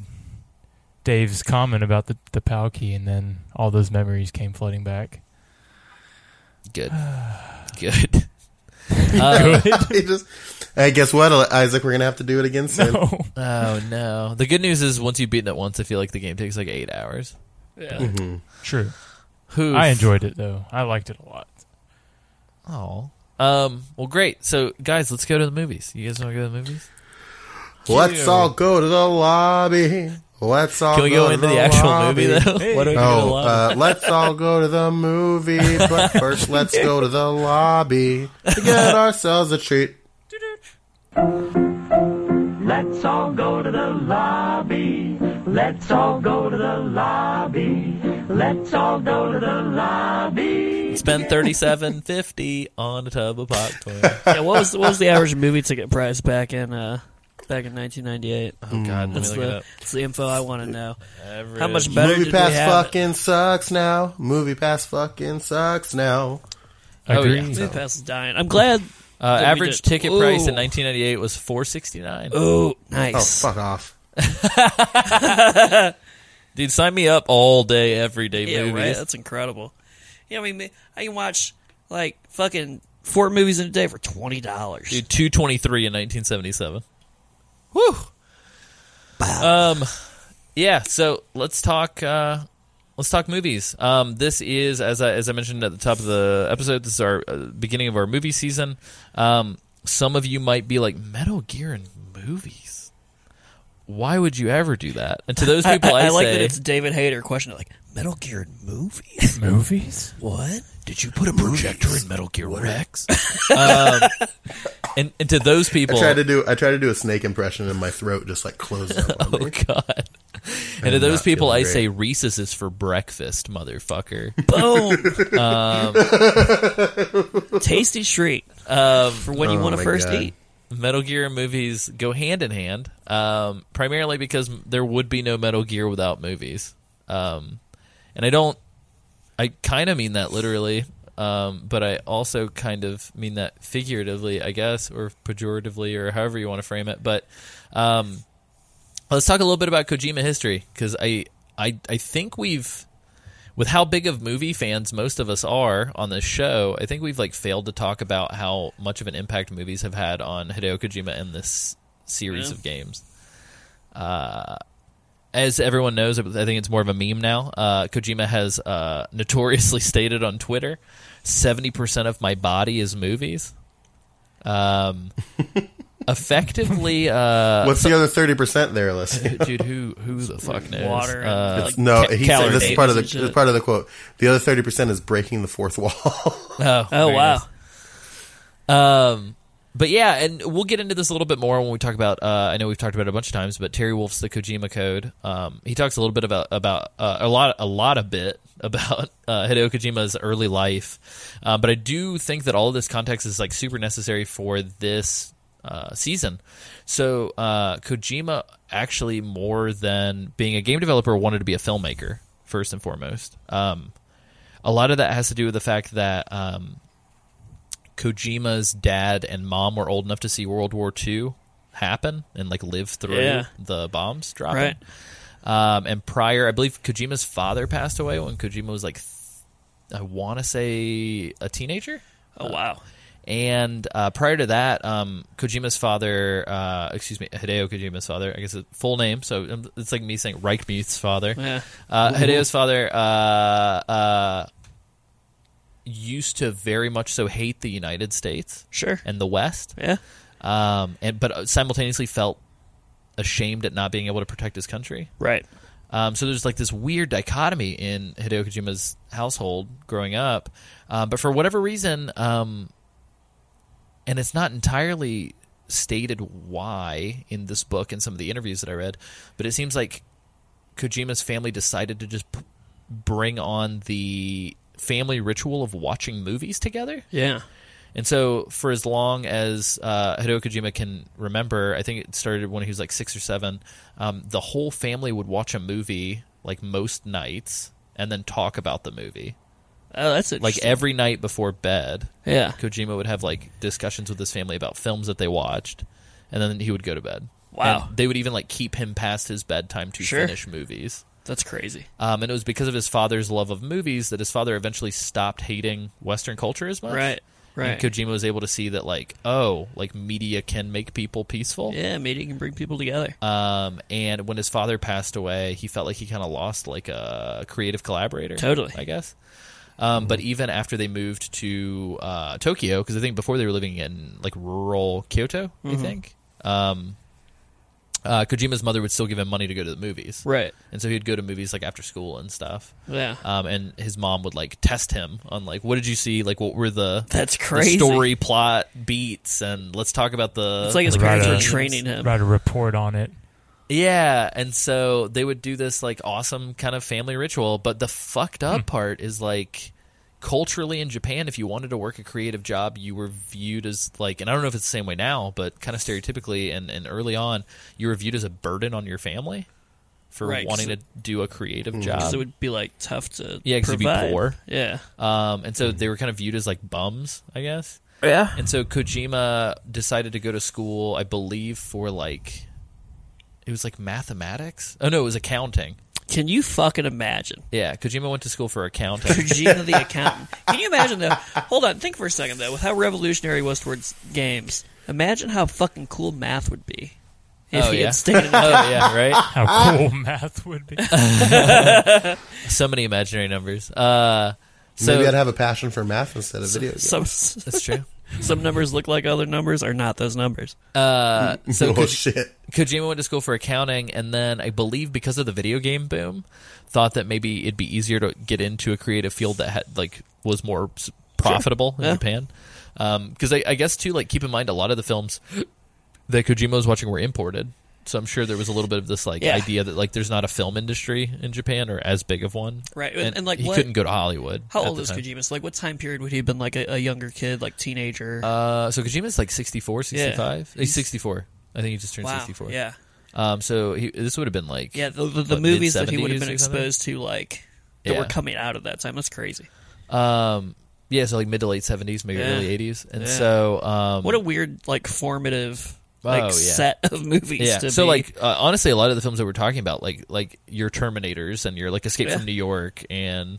Dave's comment about the the POW key, and then all those memories came flooding back. Good. Good. Uh, He just. Hey, guess what, Isaac? We're gonna have to do it again soon. No. oh no. The good news is once you've beaten it once, I feel like the game takes like eight hours. Yeah. True. Who I enjoyed it though. I liked it a lot. Oh. Um. Well, great. So, guys, let's go to the movies. You guys want to go to the movies? Let's all go to the lobby. Let's all. Can we go, into to the, actual Oh, lobby. movie though? Hey. Why don't we go to the Oh, lobby? uh, let's all go to the movie, but first let's go to the lobby to get ourselves a treat. Let's all go to the lobby. Let's all go to the lobby. Let's all go to the lobby. Spend thirty-seven fifty on a tub of Uh, popcorn. yeah. What was what was the average movie ticket price back in uh back in 1998? Oh God, let me That's look it the, up. that's the info I want to know. Average. How much better Movie did pass we have? it? fucking sucks now. Movie pass fucking sucks now. Oh, yeah. Agreed. Movie pass is dying. I'm glad. Uh, we average did- ticket price in Ooh. 1998 was 469. Oh, Oh, nice. fuck off. Dude, sign me up all day, every day Yeah, movies. right. That's incredible. Yeah, I mean, I can watch like fucking four movies in a day for twenty dollars. Dude, 223 in 1977. Whew. Um, yeah. So let's talk. Uh, let's talk movies. Um, this is as I as I mentioned at the top of the episode. This is our uh, beginning of our movie season. Um, some of you might be like Metal Gear and movies. Why would you ever do that? And to those I, people, I, I like say, that it's David Hayter questioning like Metal Gear in movies. Movies? what? Did you put a projector in Metal Gear Rex? um, and, and to those people, I tried to do I tried to do a snake impression and my throat just like closed up on Oh me. God! And to I'm those not people, I feeling say Reese's is for breakfast, motherfucker. Boom. Um, Tasty treat um, for when you Oh want to my first God. eat. Metal Gear movies go hand in hand, um, primarily because there would be no Metal Gear without movies. Um, and I don't, I kind of mean that literally, um, but I also kind of mean that figuratively, I guess, or pejoratively, or however you want to frame it. But um, let's talk a little bit about Kojima history because I, I, I think we've. With how big of movie fans most of us are on this show, I think we've like failed to talk about how much of an impact movies have had on Hideo Kojima and this series Yeah. of games Uh, as everyone knows, I think it's more of a meme now. Uh, Kojima has uh, notoriously stated on Twitter, seventy percent of my body is movies. Um, effectively, uh, What's the other thirty percent there, Leslie? dude, who who the fuck knows? Water and, Uh, like, No, ca- he said calorie this is date. part of the and this shit. is part of the quote. The other thirty percent is breaking the fourth wall. Oh, Oh very wow. nice. Um, but yeah, and we'll get into this a little bit more when we talk about. Uh, I know we've talked about it a bunch of times, but Terry Wolf's the Kojima Code. Um, he talks a little bit about about uh, a lot a lot of bit about uh, Hideo Kojima's early life. Uh, but I do think that all of this context is like super necessary for this uh, season. So uh, Kojima actually more than being a game developer wanted to be a filmmaker first and foremost. Um, a lot of that has to do with the fact that um, Kojima's dad and mom were old enough to see World War II, happen and like live through Yeah. the bombs dropping. Right. Um, and prior, I believe Kojima's father passed away when Kojima was like, th- I want to say a teenager. Oh wow. And uh, prior to that, um, Kojima's father, uh, excuse me, Hideo Kojima's father, I guess his full name, so um, it's like me saying Reichmuth's father. Yeah. Uh, Hideo's father uh, uh, used to very much so hate the United States Sure. and the West, Yeah. um, and but simultaneously felt ashamed at not being able to protect his country. Right. Um, so there's like this weird dichotomy in Hideo Kojima's household growing up, um, but for whatever reason, um, and it's not entirely stated why in this book and some of the interviews that I read, but it seems like Kojima's family decided to just p- bring on the family ritual of watching movies together. Yeah. And so, for as long as uh, Hideo Kojima can remember, I think it started when he was like six or seven. Um, the whole family would watch a movie like most nights, and then talk about the movie. Oh, that's Like interesting. every night before bed, yeah. Kojima would have like discussions with his family about films that they watched, and then he would go to bed. Wow. And they would even like keep him past his bedtime to Sure. finish movies. That's crazy. Um, and it was because of his father's love of movies that his father eventually stopped hating Western culture as much. Right. Right. And Kojima was able to see that, like, oh, like media can make people peaceful. yeah, media can bring people together. Um, and when his father passed away, he felt like he kind of lost like a creative collaborator. Totally. I guess. Um, but even after they moved to uh, Tokyo, because I think before they were living in like rural Kyoto, Mm-hmm. I think. Um, uh, Kojima's mother would still give him money to go to the movies, Right. And so he'd go to movies like after school and stuff. Yeah. Um, and his mom would like test him on like, what did you see? Like, what were the That's the crazy. story plot beats and let's talk about the It's like his the parents were themes. training him. Write a report on it. yeah and so they would do this like awesome kind of family ritual but the fucked up Hmm. part is like culturally in japan if you wanted to work a creative job you were viewed as like and i don't know if it's the same way now but kind of stereotypically and, and early on you were viewed as a burden on your family for Right, 'cause wanting to do a creative Because job it would be like tough to Um, Yeah, 'cause you'd be provide. poor. Yeah. um, and so Mm-hmm. they were kind of viewed as like bums i guess Yeah. And so Kojima decided to go to school, I believe, for like it was like mathematics. Oh no, it was accounting. Can you fucking imagine? Yeah, Kojima went to school for accounting. Kojima the accountant. Can you imagine though? Hold on, think for a second though. With how revolutionary he was towards games, imagine how fucking cool math would be if Oh, he yeah. had stayed. In oh yeah, right. How cool math would be. So many imaginary numbers. Uh, so Maybe I'd have a passion for math instead of Oh, video games. some that's true. some numbers look like other numbers are not those numbers. Uh, so oh Ko- shit! Kojima went to school for accounting, and then I believe because of the video game boom, thought that maybe it'd be easier to get into a creative field that had like was more s- profitable in Yeah. Japan. Because I, I guess too, like keep in mind, a lot of the films that Kojima was watching were imported, so I'm sure there was a little bit of this like Yeah. idea that like there's not a film industry in Japan or as big of one, Right, and- and, like, he what- couldn't go to Hollywood. How at old the is time. Kojima? So like, what time period would he have been like a, a younger kid, like teenager? Uh, so Kojima's like 64, 65. He's 64. I think he just turned wow. 64. Yeah. Um. So he, this would have been like Yeah, the, the, the what, movies that he would have mid-70s been or something? exposed to, like that were Yeah. coming out of that time, that's crazy. Um, yeah, so like mid to late seventies, maybe Yeah. early eighties, and Yeah. so um, What a weird, like formative, Oh, like yeah. set of movies. yeah. to So be- like uh, honestly, a lot of the films that we're talking about, like like your Terminators and your like Escape Yeah. from New York and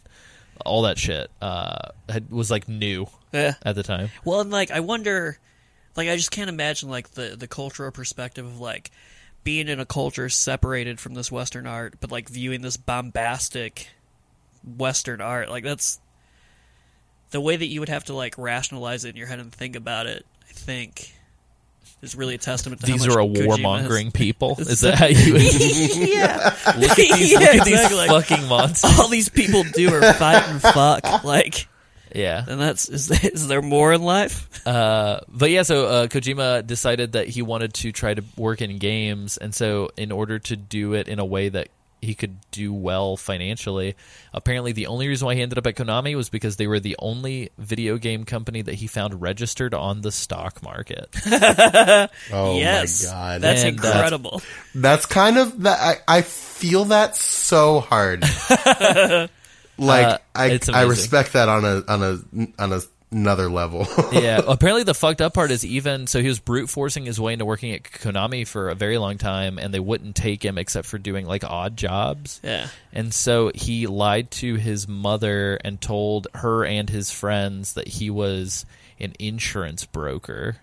all that shit, uh, had, was like new yeah. at the time. Well, and like I wonder, like I just can't imagine like the the cultural perspective of like being in a culture separated from this Western art, but like viewing this bombastic Western art. Like that's the way that you would have to like rationalize it in your head and think about it. I think is really a testament to These how are a much Kojima warmongering people. It's Is that how you look has- yeah, at these, Yeah, look at these exactly. fucking monsters? all these people do are fight and fuck. Like, Yeah. and that's is, is there more in life? Uh, but yeah, so uh, Kojima decided that he wanted to try to work in games, and so in order to do it in a way that he could do well financially, apparently the only reason why he ended up at Konami was because they were the only video game company that he found registered on the stock market. Oh yes, my god! that's And, uh, incredible. That's kind of that. I, I feel that so hard. like Uh, I, it's I amazing. respect that on a on a on a another level. yeah. Apparently, the fucked up part is even so he was brute forcing his way into working at Konami for a very long time, and they wouldn't take him except for doing like odd jobs. Yeah. And so he lied to his mother and told her and his friends that he was an insurance broker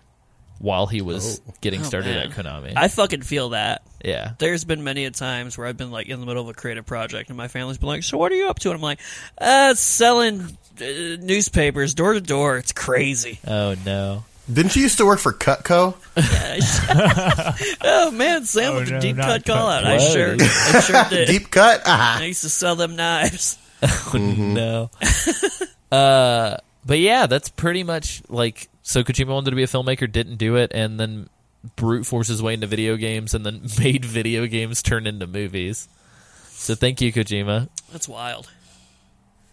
while he was getting started Oh, man. at Konami. I fucking feel that. yeah. There's been many a times where I've been like in the middle of a creative project, and my family's been like, "So what are you up to?" And I'm like, "Uh, selling uh, newspapers door to door. It's crazy." Oh no. Didn't you used to work for Cutco? Oh man, Sam Oh, with the no, deep not cut call out. I Whoa, sure, dude. I sure did. Deep cut? Ah. I used to sell them knives. no. uh, but yeah, that's pretty much like so. Kojima wanted to be a filmmaker, didn't do it, and then brute forced his way into video games, and then made video games turn into movies. So thank you, Kojima. That's wild.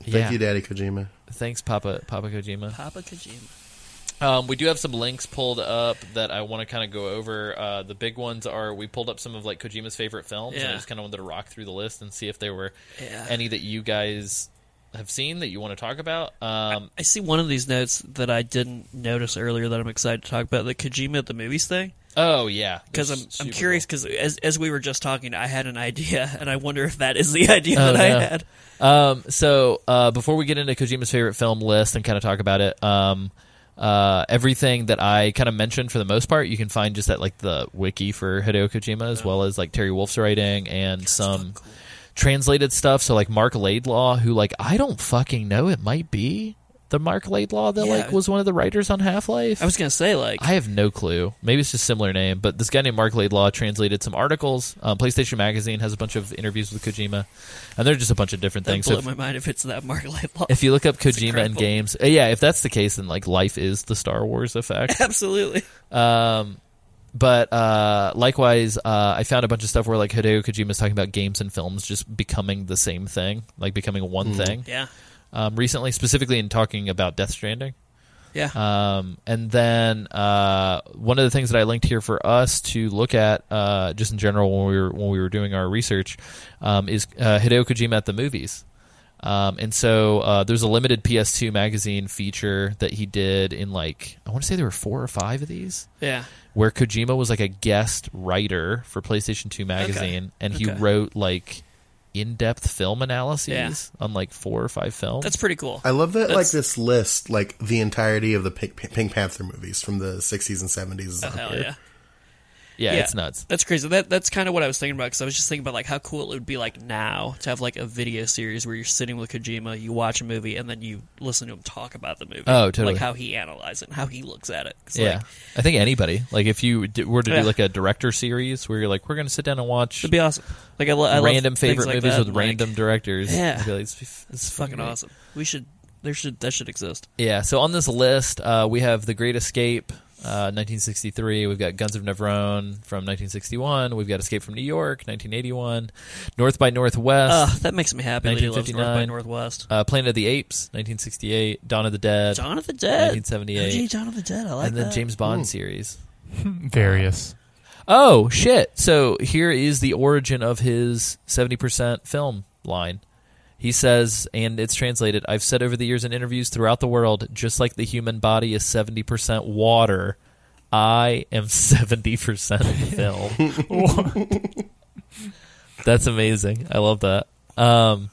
Thank you, Daddy Kojima. Thanks, Papa Papa Kojima. Papa Kojima. Um, we do have some links pulled up that I want to kind of go over. Uh, the big ones are we pulled up some of like Kojima's favorite films, and I Yeah. just kind of wanted to rock through the list and see if there were Yeah. any that you guys have seen that you want to talk about. Um, I see one of these notes that I didn't notice earlier that I'm excited to talk about the Kojima at the movies thing. oh yeah, Because I'm, It's I'm super curious, cool. because as, as we were just talking, I had an idea, and I wonder if that is the idea Oh, that I no. had. Um, so uh, before we get into Kojima's favorite film list and kind of talk about it, um, uh, everything that I kind of mentioned for the most part, you can find just at like the wiki for Hideo Kojima, as well as like Terry Wolf's writing and some translated stuff. So like Mark Laidlaw, who like I don't fucking know, it might be the Mark Laidlaw that Yeah. like was one of the writers on Half Life. I was going to say, like, I have no clue. Maybe it's just a similar name, but this guy named Mark Laidlaw translated some articles. Um, PlayStation Magazine has a bunch of interviews with Kojima, and they're just a bunch of different that things. blew if, my mind if it's that Mark Laidlaw. if you look up Kojima and incredible. games, uh, yeah, if that's the case, then like life is the Star Wars effect. Um, Absolutely. but uh, likewise, uh, I found a bunch of stuff where like Hideo Kojima is talking about games and films just becoming the same thing, like becoming one thing. Yeah. Um, recently, specifically in talking about Death Stranding. Yeah. Um, and then uh, one of the things that I linked here for us to look at, uh, just in general when we were when we were doing our research, um, is uh, Hideo Kojima at the movies. Um, and so uh, there's a limited PS2 magazine feature that he did in like I want to say there were four or five of these yeah. where Kojima was like a guest writer for PlayStation 2 magazine and he Okay. wrote like in-depth film analyses on like four or five films. That's pretty cool. I love that, like, That's- this list, like, the entirety of the Pink, Pink Panther movies from the 60s and 70s Oh, is on Hell here. yeah. yeah, Yeah. it's nuts. That's crazy. That that's kind of what I was thinking about because I was just thinking about like how cool it would be like now to have like a video series where you're sitting with Kojima, you watch a movie, and then you listen to him talk about the movie. Oh, totally. Like how he analyzes it, and how he looks at it. 'Cause, yeah, like, I think anybody. Like if you d- were to Yeah. do like a director series where you're like, we're going to sit down and watch it'd be awesome. Like I, lo- I love random things favorite like movies that, with and, like, random Mm-hmm. directors. Yeah. I'd be like, it's, f- It's fucking great. awesome. We should. There should that should exist. Yeah. So on this list, uh, we have The Great Escape. Uh, 1963. We've got Guns of Navarone from 1961. We've got Escape from New York, 1981. North by Northwest. Ugh, that makes me happy. Lady loves North by 1959. Northwest. Uh, Planet of the Apes, 1968. Dawn of the Dead, Dawn of the Dead. 1978. OG Dawn of the Dead. I like and the that. James Bond series. Various. Oh shit! So here is the origin of his seventy percent film line. He says, and it's translated. I've said over the years in interviews throughout the world, just like the human body is seventy percent water, I am seventy percent film. That's amazing. I love that. Um,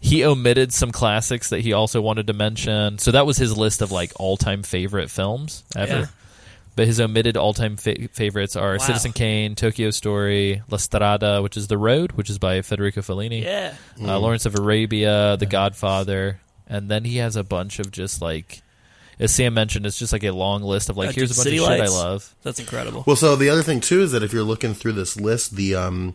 he omitted some classics that he also wanted to mention. So that was his list of like all-time favorite films ever. Yeah. But his omitted all-time fa- favorites are Wow. Citizen Kane, Tokyo Story, La Strada, which is The Road, which is by Federico Fellini, Yeah. uh, Lawrence of Arabia, The Godfather, and then he has a bunch of just like, as Sam mentioned, it's just like a long list of like Uh, here's a dude, bunch City of shit I Lights. love. That's incredible. Well, so the other thing too is that if you're looking through this list, the um,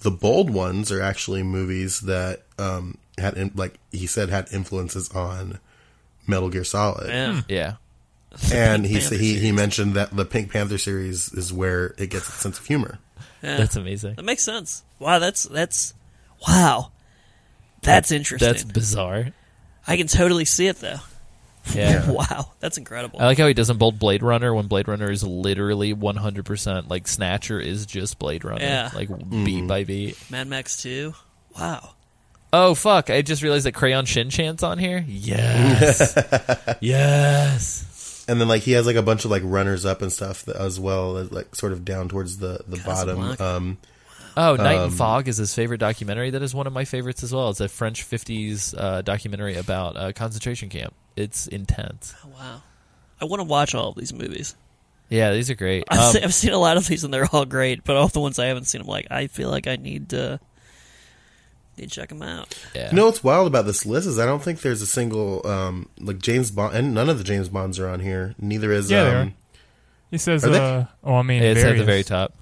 the bold ones are actually movies that um had in, like he said had influences on Metal Gear Solid, yeah. Yeah, and he Pink said he, he mentioned that the Pink Panther series is where it gets its sense of humor. that's amazing. That makes sense. Wow, that's that's wow. That's interesting. That's bizarre. I can totally see it though. yeah. Wow, that's incredible. I like how he doesn't bold Blade Runner when Blade Runner is literally 100% like Snatcher is just Blade Runner. Yeah. Like beat by beat. Mad Max 2. Wow. Oh fuck! I just realized that Crayon Shin Chan's on here. Yes, yes. And then like he has like a bunch of like runners up and stuff that, as well as like sort of down towards the the bottom. Casablanca. Um, Oh, Night and Fog is his favorite documentary. That is one of my favorites as well. It's a French 50s uh, documentary about a concentration camp. It's intense. Oh, wow. I want to watch all of these movies. Yeah, these are great. I've, Um, seen, I've seen a lot of these and they're all great, but all the ones I haven't seen, I'm like, I feel like I need to need to check them out. yeah. You know what's wild about this list is I don't think there's a single um, like James Bond, and none of the James Bonds are on here. Neither is Yeah, they um, He says, Are they? uh, "Oh, I mean, Yeah, it's at the various. very top.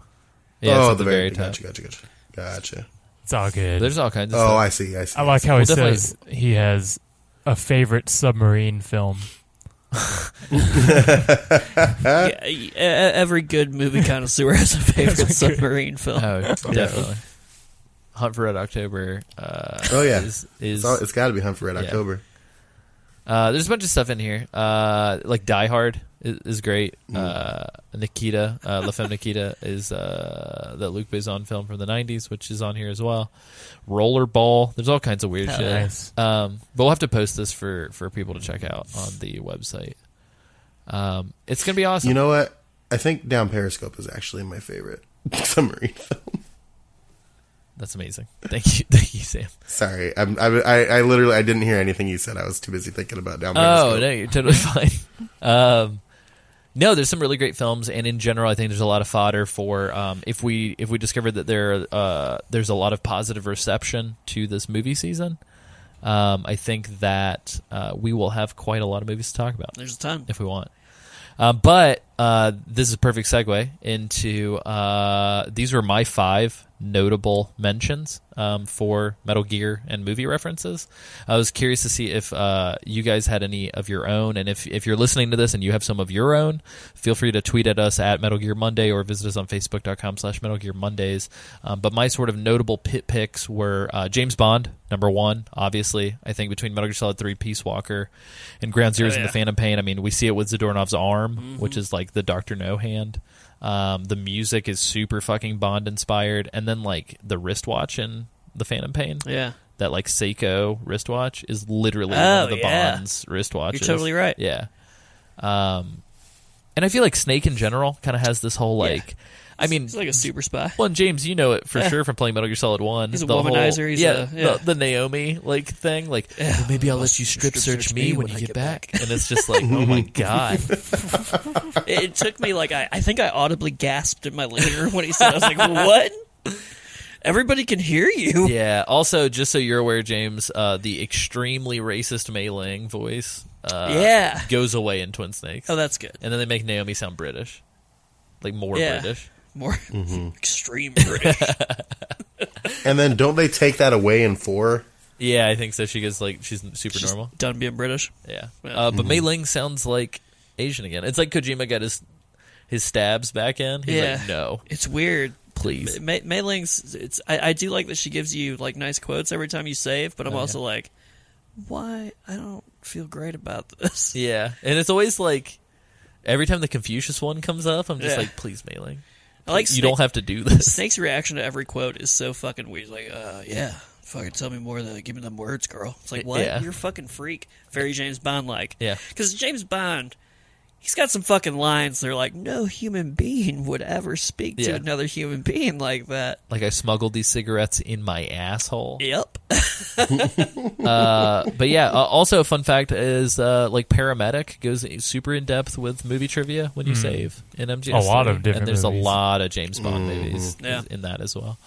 Yeah, it's oh at the, very, top. Gotcha, gotcha, gotcha. Gotcha. It's all good." There's all kinds of Oh, stuff. I see. I see. I like how Well, he definitely- says he has a favorite submarine film. Yeah, e- e- every good movie connoisseur has a favorite submarine film. Oh, definitely. Hunt for Red October. Uh, Oh, yeah. is, is It's, all- it's got to be Hunt for Red Yeah. October. uh, there's a bunch of stuff in here. Uh, like Die Hard is, is great. Mm. Uh, Nikita, uh, La Femme Nikita is uh, that Luke Besson film from the '90s, which is on here as well. Rollerball. There's all kinds of weird Oh, shit. nice. Um, but we'll have to post this for for people to check out on the website. Um, it's gonna be awesome. You know what? I think Down Periscope is actually my favorite submarine film. That's amazing. Thank you, thank you, Sam. Sorry, I'm, I, I I literally I didn't hear anything you said. I was too busy thinking about Down Periscope. Oh no, you're totally fine. Um, no, there's some really great films, and in general, I think there's a lot of fodder for um, if we if we discover that there uh, there's a lot of positive reception to this movie season. Um, I think that uh, we will have quite a lot of movies to talk about There's a ton. if we want. Uh, but uh, this is a perfect segue into uh, these were my five notable mentions um, for Metal Gear and movie references. I was curious to see if uh, you guys had any of your own, and if if you're listening to this and you have some of your own, feel free to tweet at us at Metal Gear Monday or visit us on Facebook.com/slash Metal Gear Mondays. Um, but my sort of notable pit picks were uh, James Bond, number one, obviously. I think between Metal Gear Solid Three, Peace Walker, and Ground Zeroes and the yeah. Phantom Pain. I mean, we see it with Zadornov's arm, which is like the Doctor No hand. Um, the music is super fucking Bond inspired, and then like the wristwatch in the Phantom Pain, Yeah. that like Seiko wristwatch is literally one Oh, of the yeah. Bond's wristwatches. You're totally right. Yeah. Um, and I feel like Snake in general kind of has this whole like, I mean, He's like a super spy. well, and James, you know it for Yeah. sure from playing Metal Gear Solid One. He's a the whole- womanizer, he's yeah, a- yeah. The, the Naomi like thing. Like "Well, maybe I'll let you strip search, me when you get, back. and it's just like, oh my god, It, it took me like I, I think I audibly gasped in my living room when he said. it. I was like, "What? Everybody can hear you." yeah. Also, just so you're aware, James, uh, the extremely racist Mei Ling voice, uh, Yeah. goes away in Twin Snakes. Oh, that's good. and then they make Naomi sound British, like more Yeah. British. More Mm-hmm. extreme British. And then don't they take that away in four? Yeah, I think so. She gets like she's super normal. Done being British. Yeah, Yeah. Uh, but Mei Ling sounds like Asian again. It's like Kojima got his his stabs back in. He's Yeah. like, no, It's weird. please. May, Mei Ling's. It's. I, I do like that she gives you like nice quotes every time you save, Oh, but I'm also like, why? I don't feel great about this. Yeah, and it's always like every time the Confucius one comes up, I'm just Yeah. like, please, Mei Ling, I like. you don't have to do this. Snake's reaction to every quote is so fucking weird. He's Like, uh, yeah, fucking tell me more. Than, give me them words, girl. It's like, what? Yeah. You're a fucking freak. Very James Bond like. Yeah. Because James Bond, he's got some fucking lines. They're like, no human being would ever speak Yeah. to another human being like that. Like I smuggled these cigarettes in my asshole. Yep. Uh, but yeah, uh, also a fun fact is uh, like paramedic goes super in depth with movie trivia when you save in MGS. Hmm. A lot of and different there's a movies. lot of James Bond movies Yeah. in that as well.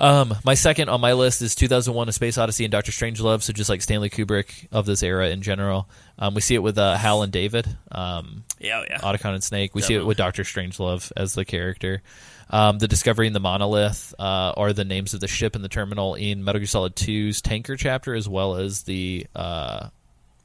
Um, my second on my list is 2001: A Space Odyssey and Doctor Strangelove. So just like Stanley Kubrick of this era in general, um, we see it with uh, Hal and David. Um, Yeah, oh, yeah. Otacon and Snake. We see it with Doctor Strangelove as the character. Um, the Discovery and the Monolith uh, are the names of the ship and the terminal in Metal Gear Solid 2's tanker chapter, as well as the uh,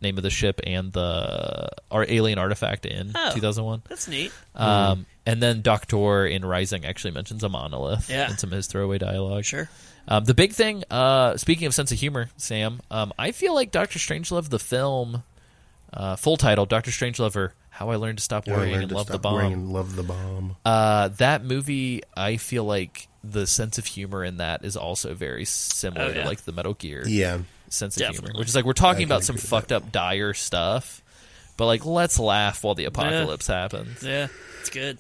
name of the ship and the our alien artifact in Oh. 2001. That's neat. Um, and then Doctor in Rising actually mentions a monolith Yeah. in some of his throwaway dialogue. Sure. Um, the big thing, uh, speaking of sense of humor, Sam, um, I feel like Doctor Strangelove, the film, uh, full title, Doctor Strangelove or How I Learned to Stop How I Worrying Learned and to Love the Stop Bomb. Worrying and love the bomb. Uh, that movie, I feel like the sense of humor in that is also very similar Oh, yeah. to like the Metal Gear yeah, sense of humor, Definitely. which is like we're talking I about can some agree with that. fucked up, dire stuff, but like let's laugh while the apocalypse happens. Yeah, it's good.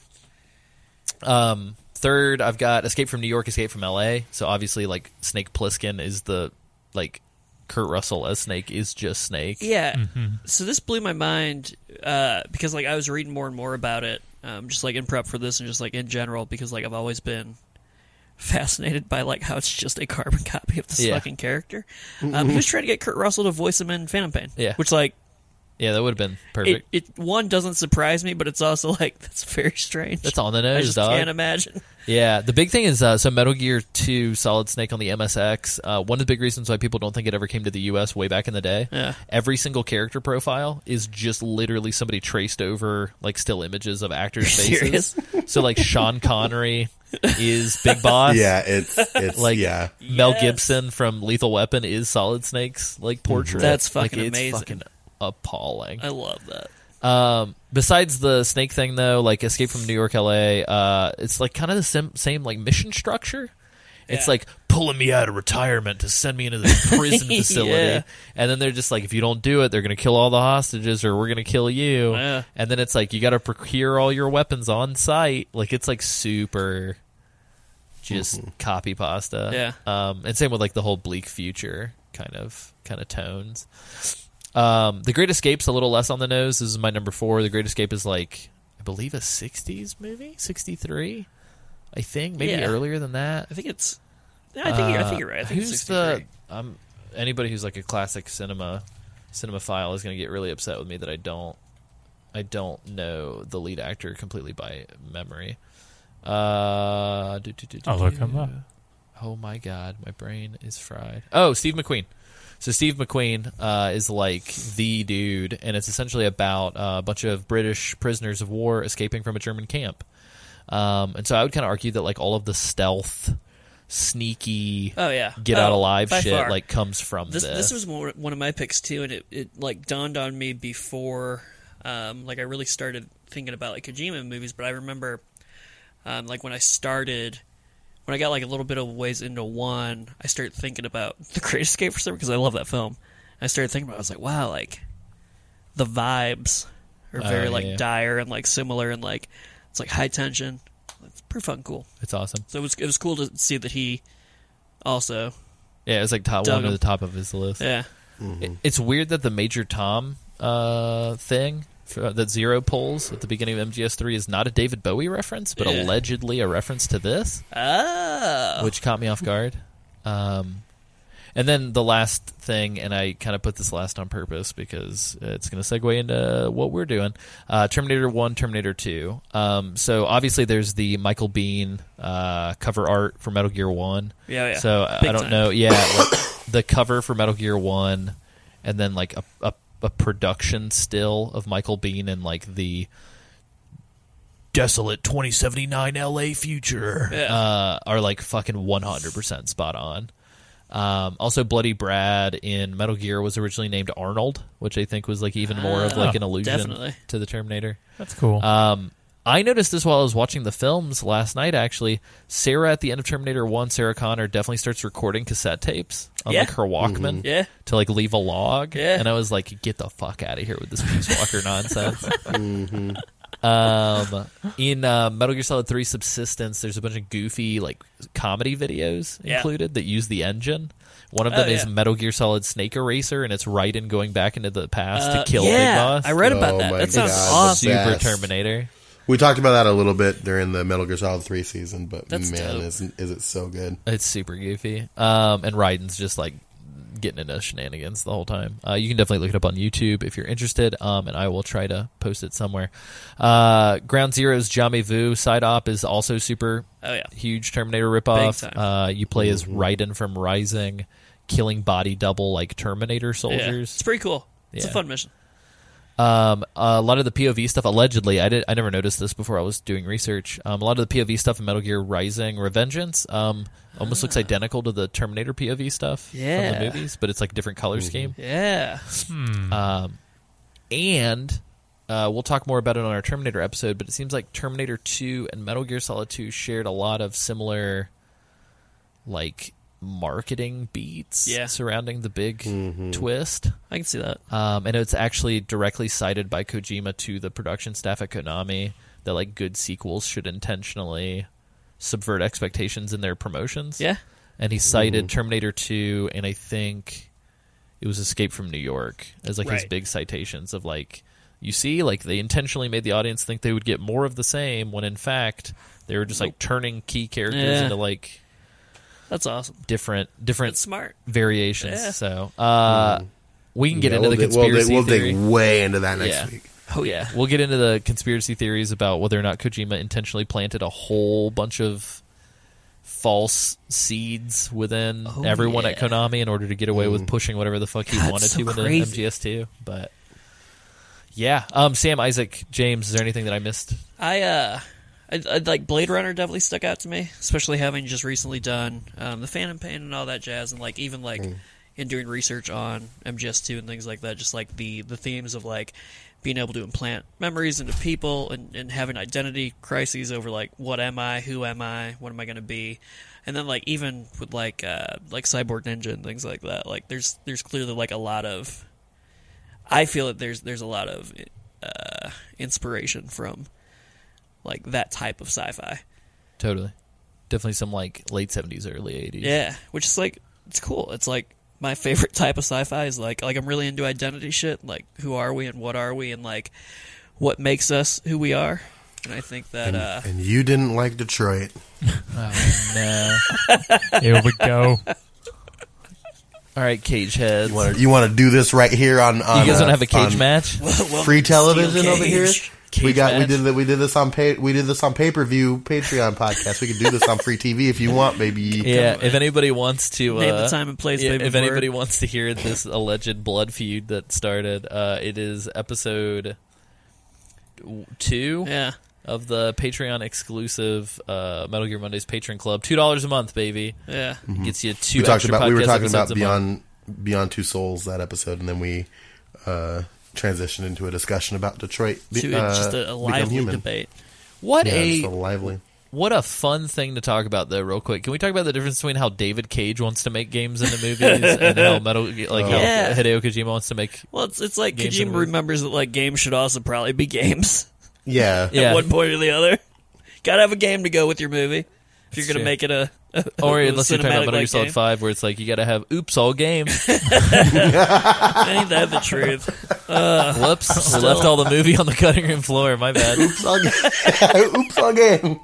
Um, third, I've got Escape from New York, Escape from L.A. So obviously, like Snake Plissken is the like Kurt Russell as Snake is just Snake. Yeah. Mm-hmm. So this blew my mind uh, because like I was reading more and more about it, um, just like in prep for this and just like in general because like I've always been fascinated by like how it's just a carbon copy of this Yeah. fucking character. Um, he was trying to get Kurt Russell to voice him in Phantom Pain. Yeah. Which like Yeah, that would have been it, perfect. it one doesn't surprise me, but it's also like that's very strange. That's on the I nose, just dog. can't imagine. Yeah, the big thing is uh, so Metal Gear Two, Solid Snake on the MSX. Uh, one of the big reasons why people don't think it ever came to the U.S. way back in the day. Yeah. Every single character profile is just literally somebody traced over like still images of actors' You're faces. so like Sean Connery is Big Boss. yeah, it's it's Like yeah, Mel Yes. Gibson from Lethal Weapon is Solid Snake's like portrait. That's Like, fucking it's amazing. fucking appalling. I love that. Um, besides the snake thing, though, like Escape from New York, LA, uh, it's like kind of the sim- same like mission structure. It's Yeah. like pulling me out of retirement to send me into this prison facility, Yeah. and then they're just like, if you don't do it, they're gonna kill all the hostages, or we're gonna kill you. Yeah. And then it's like you got to procure all your weapons on site. Like it's like super, just copy pasta. Mm-hmm. Yeah. Um, and same with like the whole bleak future kind of kind of tones. Um, the Great Escape's a little less on the nose. This is my number four. The Great Escape is like I believe a '60s movie, '63, I think, maybe Yeah. earlier than that. I think it's. Yeah, I think you're, I think you're right. I think uh, who's it's the 63. um, anybody who's like a classic cinema cinemaphile is going to get really upset with me that I don't I don't know the lead actor completely by memory. Uh, do, do, do, do, I'll look do. him up. Oh my god, my brain is fried. Oh, Steve McQueen. So Steve McQueen uh, is like the dude, and it's essentially about uh, a bunch of British prisoners of war escaping from a German camp. Um, and so I would kind of argue that like all of the stealth, sneaky, Oh yeah. get Oh, out alive by shit far. like comes from this this. this was one one of my picks too, and it, it like dawned on me before, um, like I really started thinking about like Kojima movies. But I remember, um, like when I started, when I got like a little bit of ways into one, I started thinking about The Great Escape for sure because I love that film. I started thinking about, it, I was like, wow, like the vibes are Oh, very yeah, like yeah. dire and like similar and like it's like high tension. It's pretty fun, cool. it's awesome. So it was it was cool to see that he also Yeah, it was like top Dug one to him. the top of his list. yeah It- It's weird that the Major Tom uh, thing for, that Zero pulls at the beginning of MGS3 is not a David Bowie reference, but Yeah. allegedly a reference to this. oh which caught me off guard. Um, and then the last thing, and I kind of put this last on purpose because it's going to segue into what we're doing uh, Terminator 1, Terminator 2. Um, so obviously, there's the Michael Bean uh, cover art for Metal Gear 1. Oh, Yeah, yeah. So I- Big I don't time. know. Yeah, like, the cover for Metal Gear 1, and then like a, a, a production still of Michael Bean and like the desolate 2079 LA future Yeah. uh, are like fucking 100% spot on. Um, also, Bloody Brad in Metal Gear was originally named Arnold, which I think was like even more of like an allusion Ah, definitely. to the Terminator. That's cool. Um, I noticed this while I was watching the films last night. Actually, Sarah at the end of Terminator One, Sarah Connor definitely starts recording cassette tapes on Yeah. like her Walkman Mm-hmm. yeah. to like leave a log. Yeah. And I was like, get the fuck out of here with this Peace Walker nonsense. Mm-hmm. Um, in uh, Metal Gear Solid 3 Subsistence, there's a bunch of goofy like comedy videos Yeah. included that use the engine. One of them Oh, is yeah. Metal Gear Solid Snake Eraser, and it's right in going back into the past Uh, to kill yeah, Big Boss. I read about Oh that. my That sounds God. awesome. Super Best. Terminator. we talked about that a little bit during the Metal Gear Solid Three season, but That's man, dope. is is it so good? It's super goofy. Um, and Raiden's just like getting into shenanigans the whole time. Uh, you can definitely look it up on YouTube if you're interested. Um, and I will try to post it somewhere. Uh, Ground Zero's Jamais Vu side op is also super Oh yeah. huge Terminator ripoff. Big time. Uh, you play as Raiden from Rising, killing body double like Terminator Yeah. soldiers. It's pretty cool. It's Yeah. a fun mission. Um, a lot of the POV stuff, allegedly, I did I never noticed this before I was doing research. Um, a lot of the POV stuff in Metal Gear Rising: Revengeance, um, almost looks identical to the Terminator POV stuff from Ah. Yeah. the movies, but it's like different color scheme. Yeah. Um, and Uh, we'll talk more about it on our Terminator episode, but it seems like Terminator 2 and Metal Gear Solid 2 shared a lot of similar, like, marketing beats Yeah. surrounding the big twist. I can see that. Um, and it's actually directly cited by Kojima to the production staff at Konami that, like, good sequels should intentionally subvert expectations in their promotions Yeah. and he cited Terminator 2 and I think it was Escape from New York as like his Right. big citations of like you see like they intentionally made the audience think they would get more of the same when in fact they were just like turning key characters Yeah. into like That's awesome. different different That's smart. variations. Yeah. So uh we can get Hmm. Yeah, we'll into the dig- we'll dig- conspiracy We'll, theory. dig way into that next Yeah. week. Oh yeah, we'll get into the conspiracy theories about whether or not Kojima intentionally planted a whole bunch of false seeds within Oh, everyone at yeah. Konami in order to get away with pushing whatever the fuck he God, wanted so to in crazy. MGS2. But yeah, um, Sam, Isaac, James, is there anything that I missed? I uh, I, I like Blade Runner definitely stuck out to me, especially having just recently done um, the Phantom Pain and all that jazz, and like even like in doing research on MGS2 and things like that, just like the the themes of like being able to implant memories into people and, and having identity crises over like what am I, who am I, what am I going to be, and then like even with like uh, like Cyborg Ninja and things like that, like there's there's clearly like a lot of I feel that there's there's a lot of uh, inspiration from like that type of sci-fi. Totally, definitely some like late seventies, early eighties. Yeah, which is like it's cool. It's like my favorite type of sci-fi is like like I'm really into identity shit, like who are we and what are we and like what makes us who we are. And I think that uh And you didn't like Detroit. Oh, no. Here we go. All right, cage heads. You You, want to you want to do this right here on. on guys uh, don't have a cage on match? Free television Steel over here. cage. we Cage got match. we did that we did this on pay we did this on pay per view Patreon podcast. We could do this on free TV if you want, baby. Yeah, if anybody wants to Name uh, the time and place, yeah, baby, if word. anybody wants to hear this alleged blood feud that started, uh, it is episode w- two Yeah. of the Patreon exclusive uh, Metal Gear Mondays Patron Club. Two dollars a month, baby, Yeah. gets you Mm-hmm. two. we talked extra about we were podcast talking about episodes a month. beyond beyond two souls that episode, and then we uh, transitioned into a discussion about Detroit. be- To uh, it's just a, a Become lively Human. debate. What Yeah, a just a lively. what a fun thing to talk about though. Real quick, can we talk about the difference between how David Cage wants to make games into movies and how Metal Oh. like how Yeah. Hideo Kojima wants to make? Well, it's it's like Games and Kojima movies. remembers that like games should also probably be games Yeah. Yeah. at one point or the other. Got to have a game to go with your movie if you're going That's true. to make it a, a Or a unless you're talking about Metal Gear cinematic-like Solid game. Five, where it's like you got to have oops all game. Ain't that the truth? Uh, Whoops, we left all the movie on the cutting room floor. My bad. Oops, all game. Oops, all game.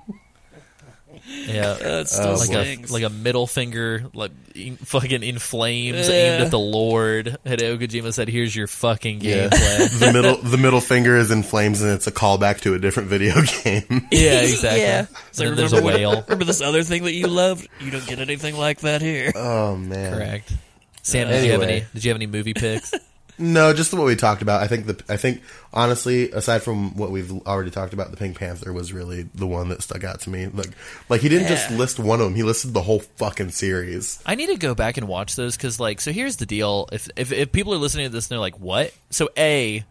Yeah, That Uh, still Uh, like a stings. like a middle finger, like in, fucking in flames, Yeah. aimed at the Lord. Hideo Kojima said, "Here's your fucking Yeah. gameplay." the middle the middle finger is in flames, and it's a callback to a different video game. yeah, exactly. So and then there's a remember- whale. Remember this other thing that you loved? You don't get anything like that here. oh man. Correct. Sam, did you have Anyway. any? Did you have any movie picks? No, just what we talked about. I think the I think honestly, aside from what we've already talked about, the Pink Panther was really the one that stuck out to me. Like, like he didn't just Yeah. list one of them; he listed the whole fucking series. I need to go back and watch those because, like, so here's the deal: if, if if people are listening to this and they're like, "What?" So, a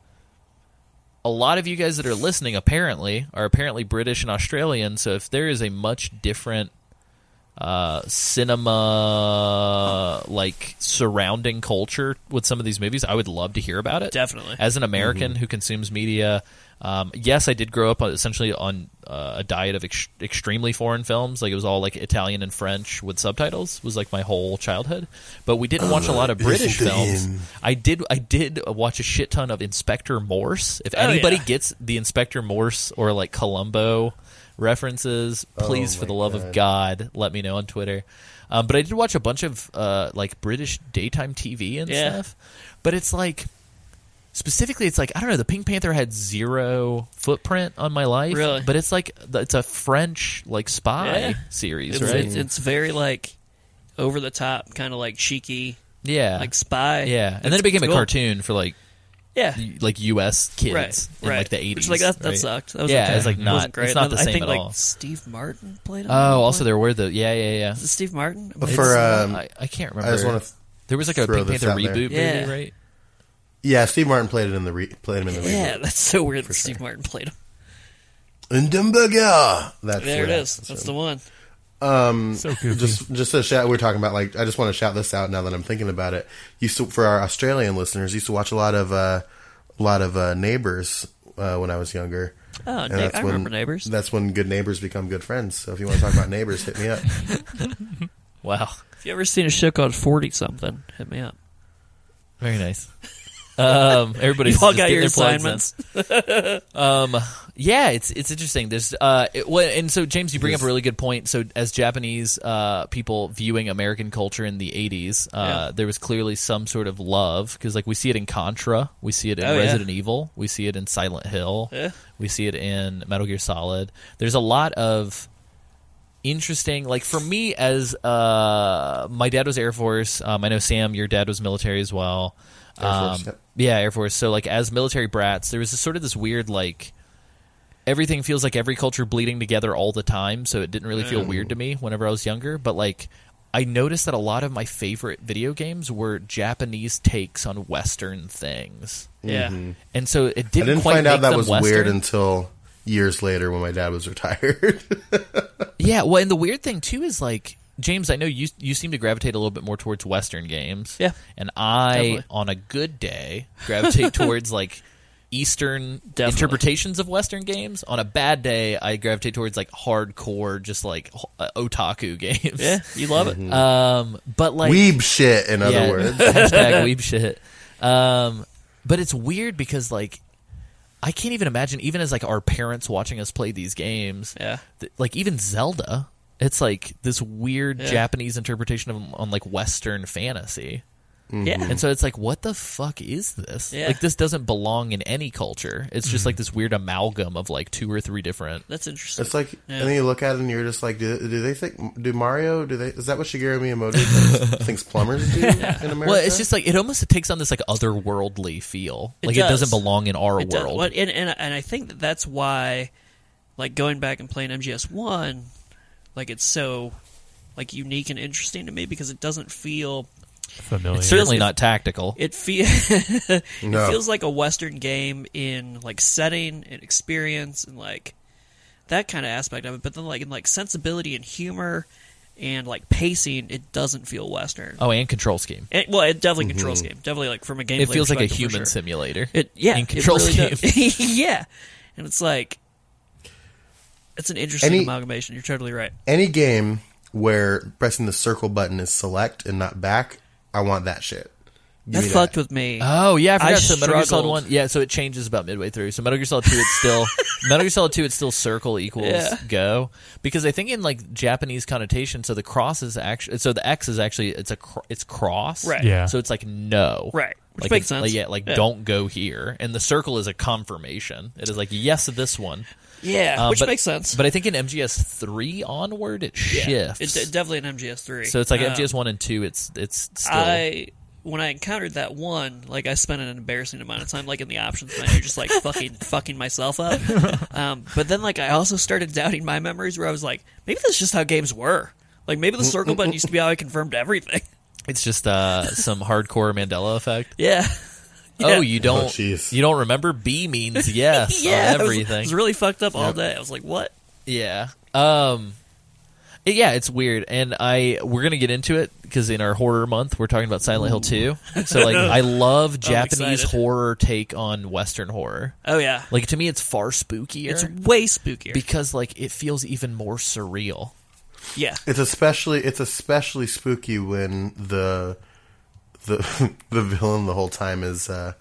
a lot of you guys that are listening apparently are apparently British and Australian. So, if there is a much different uh, cinema like surrounding culture with some of these movies, I would love to hear about it. Definitely. as an American who consumes media. Um, yes, I did grow up on, essentially on uh, a diet of ex- extremely foreign films. Like it was all like Italian and French with subtitles. Was like my whole childhood. But we didn't watch a lot of British isn't it films. him? I did. I did watch a shit ton of Inspector Morse. If anybody Oh, yeah. gets the Inspector Morse or like Columbo references, please, for my the love of God, let me know on Twitter. Um, but I did watch a bunch of uh, like British daytime TV and Yeah. stuff. But it's like specifically it's like i don't know the pink panther had zero footprint on my life Really? but it's like it's a french like spy Yeah. series It's, right it's, it's very like over the top, kind of like cheeky, yeah like spy. yeah and then It's it became a cool. cartoon for like Yeah, y- like us kids right, in right. like the 80s Which, like that, that right? sucked. That was Yeah, okay. it's, like, It not- wasn't great. it's not And the I same think at like all. Steve Martin played. on that oh also one. there were the yeah yeah yeah Is it Steve Martin. For um, I, I can't remember I just want to there was like a throw pink this panther out there. reboot Yeah. movie right Yeah, Steve Martin played it in the re- played him in the Yeah, reboot. that's so weird that sure. Steve Martin played him. And Dumbaga. That's There it what is. happens. That's the one. Mm, So goofy. just just a shout. We're talking about like I just want to shout this out now that I'm thinking about it. Used to for our Australian listeners, used to watch a lot of uh, a lot of uh, Neighbors uh, when I was younger. Oh, And Na- that's I when- remember Neighbours. That's when good neighbors become good friends. So if you want to talk about neighbors, hit me up. Wow. If you ever seen a show called Forty Something, hit me up. Very nice. Um, everybody's You've all just got getting your their plugs in. assignments. Um, yeah, it's it's interesting. There's uh, it, well, and so James, you bring up a really good point. So as Japanese uh, people viewing American culture in the '80s, uh, Yeah. there was clearly some sort of love because like we see it in Contra, we see it in Oh, yeah. Resident Evil, we see it in Silent Hill, Yeah. we see it in Metal Gear Solid. There's a lot of interesting like for me as uh my dad was air force um i know sam your dad was military as well Air Force, Um, yep. yeah air force so like as military brats there was this, sort of this weird like everything feels like every culture bleeding together all the time so it didn't really feel weird to me whenever i was younger but like i noticed that a lot of my favorite video games were japanese takes on western things Yeah. and so it I didn't, didn't quite find out make that them was Western. weird until years later when my dad was retired. Yeah, well, and the weird thing too is like James, I know you you seem to gravitate a little bit more towards Western games. Yeah. and I, Definitely. on a good day, gravitate towards like Eastern Definitely. interpretations of Western games. On a bad day, I gravitate towards like hardcore, just like ho- uh, otaku games. Yeah, you love it. Um, but like Weeb shit, in other yeah, words. hashtag weeb shit. Um, but it's weird because like I can't even imagine, even as like our parents watching us play these games. Yeah. th- like even Zelda, it's like this weird Yeah. Japanese interpretation of on like Western fantasy. Yeah. And so it's like, what the fuck is this? Yeah. Like, this doesn't belong in any culture. It's just like this weird amalgam of like two or three different. That's interesting. It's like, Yeah. and then you look at it and you're just like, do, do they think, do Mario, do they, is that what Shigeru Miyamoto thinks plumbers do in America? Well, it's just like it almost takes on this like otherworldly feel. It like it does. doesn't belong in our It does- world. well, and, and and I think that that's why, like going back and playing MGS one, like it's so, like unique and interesting to me because it doesn't feel Familiar. Certainly It's- not tactical. it feels No. it feels like a Western game in like setting and experience and like that kind of aspect of it. But then like in like sensibility and humor and like pacing, it doesn't feel Western. oh, and control scheme. It, well, it definitely controls game. Definitely like from a gameplay. Mm-hmm. It feels like a perspective, for human sure. simulator. It yeah, in control it really scheme. does. yeah, and it's like it's an interesting Any- amalgamation. You're totally right. Any game where pressing the circle button is select and not back, I want that shit. Give That me fucked with me. Oh yeah, I forgot. so Metal Gear Solid struggled. One, yeah. So it changes about midway through. So Metal Gear Solid Two, it's still Metal Gear Solid Two, it's still circle equals Yeah. go because I think in like Japanese connotation, so the cross is actually so the X is actually it's a cr- it's cross, Right. Yeah. So it's like no, Right. Which Like, makes it's- sense. Like, yeah, like Yeah. don't go here, and the circle is a confirmation. It is like yes, this one, yeah, Um, which but- makes sense. But I think in MGS three onward, it Yeah. shifts. It's de- definitely an MGS three. so it's like Um, MGS one and two. It's it's still I when I encountered that one, like I spent an embarrassing amount of time like in the options menu, just like fucking fucking myself up. Um, but then like I also started doubting my memories, where I was like, maybe that's just how games were. Like maybe the Mm, circle button used to be how I confirmed everything. it's just uh, some hardcore Mandela effect. Yeah. Yeah. Oh, you don't. Oh, jeez. you don't remember B means yes yeah, on everything. It was, it was really fucked up all day. I was like, what? yeah. Um. it- Yeah, it's weird, and I we're gonna get into it because in our horror month we're talking about Silent Hill 2. So like, I love Japanese excited. horror take on Western horror. Oh yeah, Like to me, it's far spookier it's way spookier. because like it feels even more surreal. yeah, It's especially it's especially spooky when the the the villain the whole time is uh,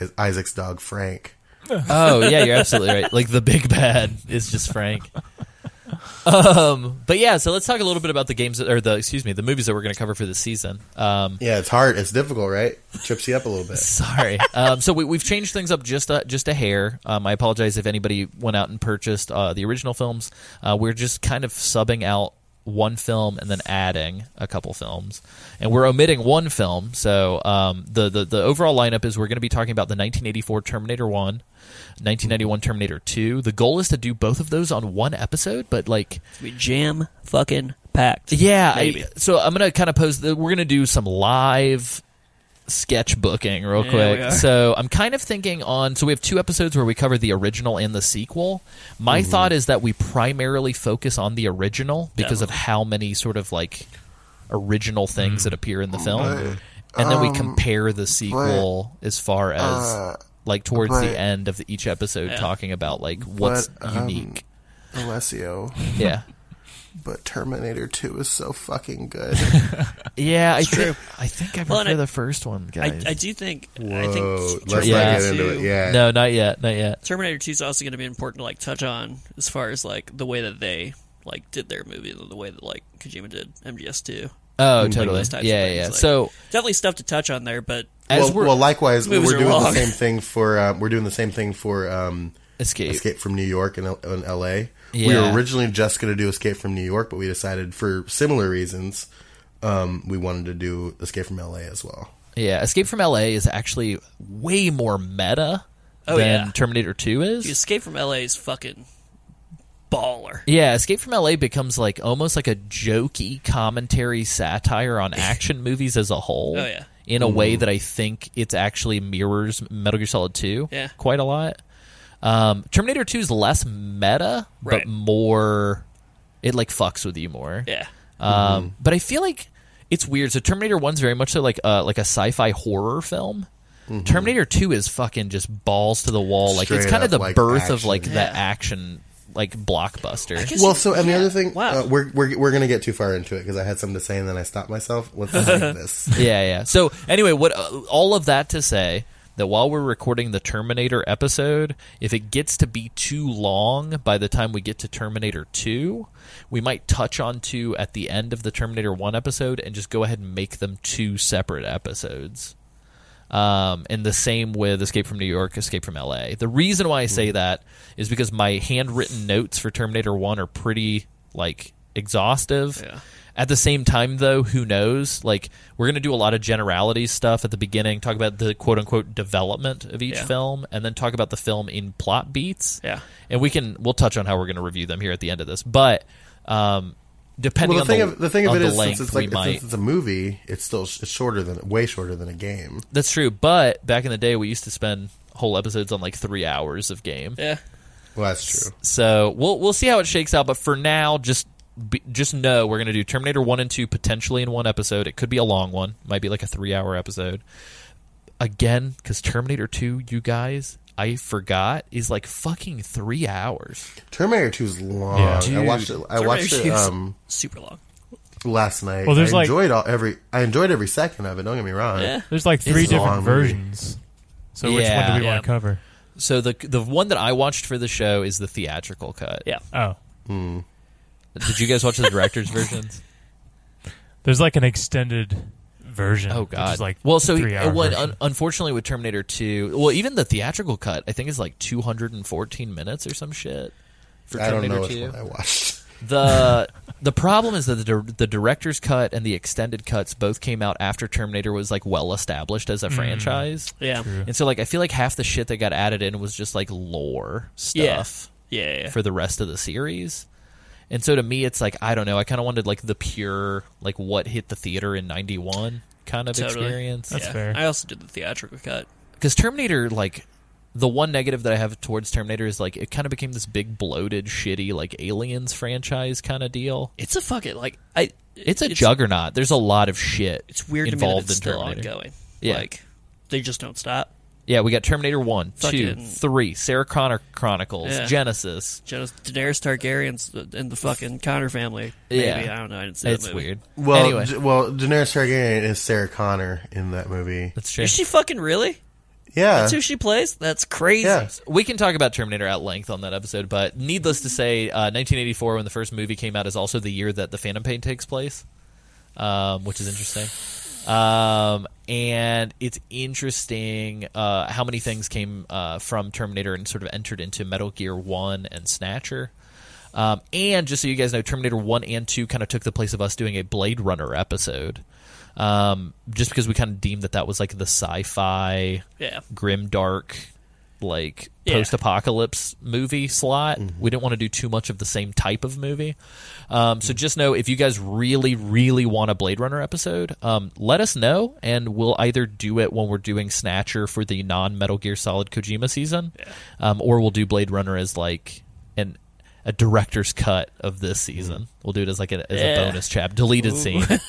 I- Isaac's dog Frank. Oh yeah, you're absolutely right. Like the big bad is just Frank. Um, but yeah, so let's talk a little bit about the games that, or the excuse me, the movies that we're going to cover for this season. Um, Yeah, it's hard. It's difficult, right? It trips you up a little bit. Sorry. um, so we, we've changed things up just a, just a hair. Um, I apologize if anybody went out and purchased uh, the original films. Uh, we're just kind of subbing out one film and then adding a couple films, and we're omitting one film. So um, the, the the overall lineup is we're going to be talking about the 1984 Terminator One. 1991 Terminator 2. The goal is to do both of those on one episode, but like we jam fucking packed. yeah, I, Maybe. so I'm gonna kind of pose. The, we're gonna do some live sketchbooking real Yeah, we quick. are. So I'm kind of thinking on. So we have two episodes where we cover the original and the sequel. My Mm-hmm. thought is that we primarily focus on the original because of how many sort of like original things Mm-hmm. that appear in the film, and Um, then we compare the sequel as far as like towards uh, but- the end of the, each episode, talking about like what's But, um, unique. Alessio, Yeah. but Terminator 2 is so fucking good. Yeah, I, true. Think, I think I prefer Well, and I- the first one, I, guys. I do think I Whoa, think let's Yeah. not Terminator get into it. 2 Yeah. no, not yet, not yet. Terminator Two is also going to be important to like touch on as far as like the way that they like did their movie and the way that like Kojima did MGS Two. Oh, totally. those types of yeah, things, yeah. like- so Definitely stuff to touch on there, but as well, we're well, likewise, we're movies are doing the long. same thing for um, we're doing the same thing for um, escape, Escape from New York in, L- in L.A. We Yeah. were originally just going to do Escape from New York, but we decided for similar reasons um, we wanted to do Escape from L.A. as well. yeah, Escape from L.A. is actually way more meta Oh, than yeah. Terminator Two is. Escape from LA is fucking baller. Yeah, Escape from LA becomes like almost like a jokey commentary satire on action movies as a whole. Oh, yeah. In a way Mm-hmm. that I think it actually mirrors Metal Gear Solid 2 Yeah. quite a lot. Um, Terminator 2 is less meta, Right. but more. It like fucks with you more. Yeah. Mm-hmm. Um, But I feel like it's weird. So Terminator One's very much so like a, like a sci-fi horror film. Terminator Two is fucking just balls to the wall. Like it's Mm-hmm. Straight kind up, of the like, birth of action. like the Yeah. action like blockbuster. guess Well, you- so and yeah. the other thing, Wow. uh, we're we're we're going to get too far into it because I had something to say and then I stopped myself. Let's save this. yeah, yeah. So anyway, what uh, all of that to say that while we're recording the Terminator episode, if it gets to be too long by the time we get to Terminator 2, we might touch on 2 at the end of the Terminator 1 episode and just go ahead and make them two separate episodes. Um, and the same with Escape from New York, Escape from LA. The reason why I Mm-hmm. say that is because my handwritten notes for Terminator 1 are pretty like exhaustive. Yeah. At the same time though, who knows? Like we're going to do a lot of generalities stuff at the beginning, talk about the quote unquote development of each Yeah. film and then talk about the film in plot beats. Yeah. And we can we'll touch on how we're going to review them here at the end of this. But um depending Well, the thing on the, of the thing of on it the is, length, since it's we like might since it's a movie, it's still sh- it's shorter than way shorter than a game. That's true. But back in the day, we used to spend whole episodes on like three hours of game. Yeah. Well, that's true. So we'll we'll see how it shakes out. But for now, just be, just know we're gonna do Terminator one and two potentially in one episode. It could be a long one. Might be like a three hour episode. Again, because Terminator two, you guys, I forgot is like fucking three hours. Terminator Two is long. Yeah. I watched it. I watched it. Terminator 2 's Um, Super long. last night. Well, there's I like- enjoyed all every. I enjoyed every second of it. Don't get me wrong. Yeah. There's like three It's a long different movie. versions. So which one do Yeah. we Yeah. want to cover? So the the one that I watched for the show is the theatrical cut. Yeah. Oh, Did you guys watch the director's versions? there's like an extended version. Oh which God! is like well, so uh, three hour it would- version. un- unfortunately with Terminator Two. Well, even the theatrical cut, I think is like 214 minutes or some shit. For I don't know Terminator which 2. one I watched. The the problem is that the dir- the director's cut and the extended cuts both came out after Terminator was like well established Mm. as a franchise. Yeah. True. And so like I feel like half the shit that got added in was just like lore Yeah. stuff Yeah. yeah. for the rest of the series. And so to me it's like I don't know, I kind of wanted like the pure like what hit the theater in 91 kind of Totally. experience. That's fair. I also did the theatrical cut. because Terminator, like, the one negative that I have towards Terminator is like it kind of became this big bloated, shitty, like Aliens franchise kind of deal. It's a fucking like I. It's a juggernaut. There's a lot of shit. It's weird to involved me that it's in still Terminator. ongoing. Yeah. Like they just don't stop. Yeah, we got Terminator one, two, three, Fucking- Sarah Connor Chronicles, Yeah. Genesis. Just Daenerys Targaryen's and the fucking Connor family. Maybe Yeah. I don't know. I didn't see It's that movie. weird. Well, anyway, J- well, Daenerys Targaryen is Sarah Connor in that movie. that's true. Is she fucking really? Yeah, That's who she plays. That's crazy. yeah. we can talk about Terminator at length on that episode, but needless to say, uh, 1984, when the first movie came out, is also the year that the Phantom Pain takes place, um, which is interesting. Um, and it's interesting uh, how many things came uh, from Terminator and sort of entered into Metal Gear 1 and Snatcher. Um, and just so you guys know, Terminator 1 and 2 kind of took the place of us doing a Blade Runner episode. Um, just because we kind of deemed that that was like the sci fi Yeah. grim dark like Yeah. post-apocalypse movie slot. We didn't want to do too much of the same type of movie. Um, so just know if you guys really, really want a Blade Runner episode, um, let us know, and we'll either do it when we're doing Snatcher for the non-Metal Gear Solid Kojima season, um, or we'll do Blade Runner as like an a director's cut of this season. We'll do it as like a, as Yeah. a bonus chap, deleted scene.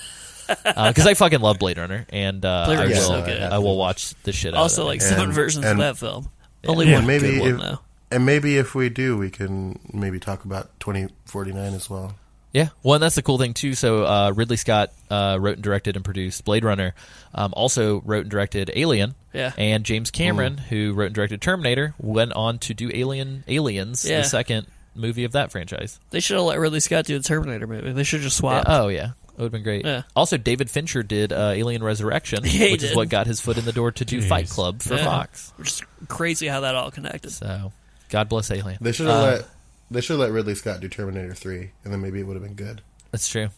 Because I fucking love Blade Runner, and uh, Blade I will, Runner's so good. I will watch the shit. out also of it. like seven And- versions and- of that film. Only Yeah, one maybe good one if- though. And maybe if we do, we can maybe talk about 2049 as well. Yeah, well, and that's the cool thing too. So uh, Ridley Scott uh, wrote and directed and produced Blade Runner. Um, also wrote and directed Alien. Yeah. And James Cameron, who wrote and directed Terminator, went on to do Alien Aliens, Yeah. the second movie of that franchise. They should have let Ridley Scott do the Terminator movie. They should just swap. Oh yeah, it would have been great. Yeah. Also, David Fincher did uh, Alien Resurrection, Yeah, he which is did. what got his foot in the door to do Jeez. Fight Club for Yeah. Fox. Which is Oh. crazy how that all connected. So God bless Alien. They should have Uh, let they should have let Ridley Scott do Terminator 3, and then maybe it would have been good. That's true.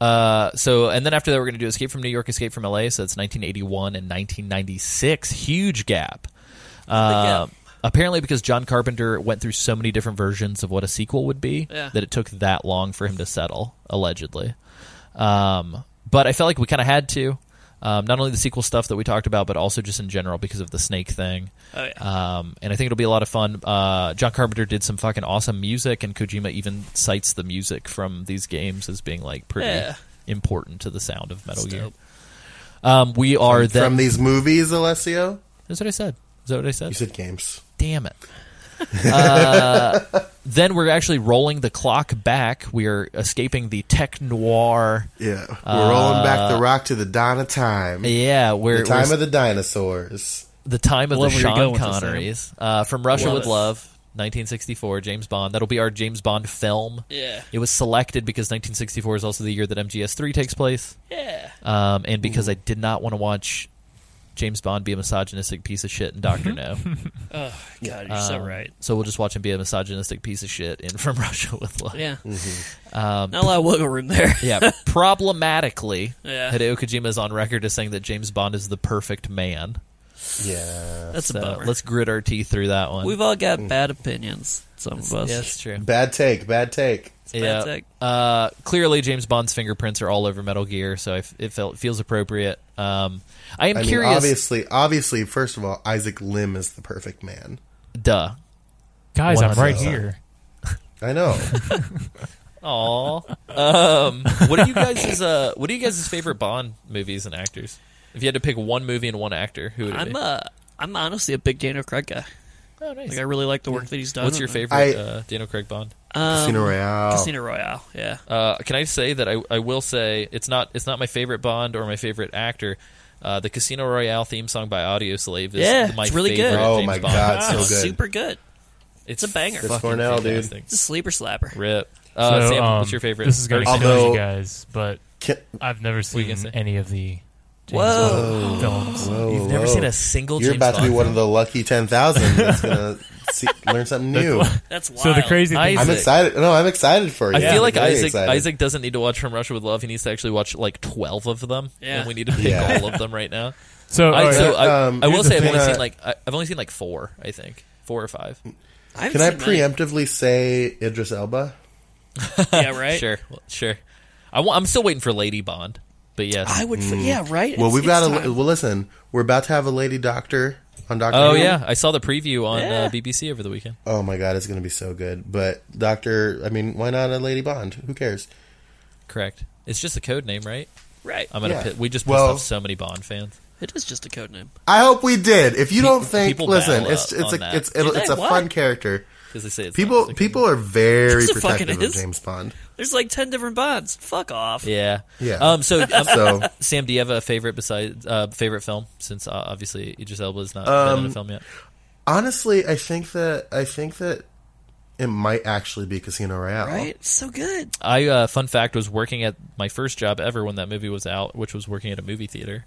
Uh, so, and then after that, we're going to do Escape from New York, Escape from LA. So it's 1981 and 1996. Huge gap. Uh, Big apparently, because John Carpenter went through so many different versions of what a sequel would be, Yeah. that it took that long for him to settle, allegedly. Um, but I felt like we kind of had to. Um, not only the sequel stuff that we talked about, but also just in general because of the snake thing. Oh, yeah. Um, and I think it'll be a lot of fun. Uh, John Carpenter did some fucking awesome music, and Kojima even cites the music from these games as being like pretty Yeah. important to the sound of Metal It's Gear. dope. Um, we are then. From these movies, Alessio? That's what I said. Is that what I You said? said games. Damn it. uh, then we're actually rolling the clock back. We are escaping the tech noir. Yeah. We're rolling back the rock to the dawn of time. Yeah, we're the time we're- of the dinosaurs. the time of Love the where you're going Sean with this, Sam. Connerys uh, from Russia Love with it. Love, 1964, James Bond. That'll be our James Bond film. Yeah. It was selected because 1964 is also the year that MGS3 takes place, Yeah. um, and because I did not want to watch James Bond be a misogynistic piece of shit in Doctor No. Oh God, you're so Um, right. So we'll just watch him be a misogynistic piece of shit in From Russia with Love. Yeah. Mm-hmm. Not a lot of wiggle room there. Um, Yeah, problematically, Yeah. Hideo Kojima is on record as saying that James Bond is the perfect man. Yeah. That's a So bummer. let's grit our teeth through that one. We've all got bad opinions. Some of us. yeah, that's true. Bad take, bad take. It's bad tech. Uh, clearly, James Bond's fingerprints are all over Metal Gear, so I f- it felt feels appropriate. Um, I am I mean, curious. obviously, obviously, first of all, Isaac Lim is the perfect man. Duh. Guys, I'm right 100%. here. I know. Aw. Um, what are you guys' uh, What are you guys' favorite Bond movies and actors? If you had to pick one movie and one actor, who would it I'm be? uh I'm honestly a big Daniel Craig guy. oh, nice. Like I really like the work that he's done. What's your And, favorite I- uh, Daniel Craig Bond? um, Casino Royale. Casino Royale. Yeah. Uh, can I say that I, I will say it's not it's not my favorite Bond or my favorite actor. Uh, the Casino Royale theme song by Audio Slave is Yeah, my it's really good. favorite Oh James my Bond. God, so It's good. super good. It's a banger. Chris fucking Cornell, dude. fantastic. It's a sleeper slapper. Rip. Uh, So, Sam, um, what's your favorite? This is going Or to Sam, kill Although- you guys, but Can- I've never can seen say. any of the James Whoa. Bond films. whoa, You've never whoa. seen a single Oh. You're James about to be Bond one of the lucky ten thousand that's gonna see, learn something new. That's wild. So the crazy thing Isaac. I'm excited. No, I'm excited for you. I feel like Very Isaac excited. Isaac doesn't need to watch From Russia with Love. He needs to actually watch like twelve of them, Yeah. and we need to pick Yeah. all of them right now. So, uh, I, alright, so uh, I, Um, I will here's say the I've thing, only seen uh, like I, I've only seen like four. I think four or five. I've Can I seen that. preemptively say Idris Elba? Yeah, right. Sure, well, sure. I am still waiting for Lady Bond, but yes. I would. Yeah, right. Mm. Well, It's- we've got it's a time. well. Listen, we're about to have a lady doctor on Doctor. oh Who. yeah, I saw the preview on Yeah. uh, BBC over the weekend. Oh my god, it's gonna be so good. But Doctor, I mean, why not a lady Bond? Who cares? Correct. It's just a code name, right? right. I'm gonna. Yeah. Pit, we just pissed Well- off so many Bond fans. It is just a code name. I hope we did. If you don't People- think, people listen, battle it's up it's on a that. it's it'll, Did it's they? a What? fun character. Because they say it's not People the code people are very Yes, it fucking protective of is. James Bond. There's like ten different bonds. Fuck off. Yeah. Yeah. Um. So, um, So Sam, do you have a favorite besides uh, favorite film? Since uh, obviously Idris Elba is not been Um, in a film yet. honestly, I think that I think that it might actually be Casino Royale. Right. It's so good. I uh, fun fact was working at my first job ever when that movie was out, which was working at a movie theater,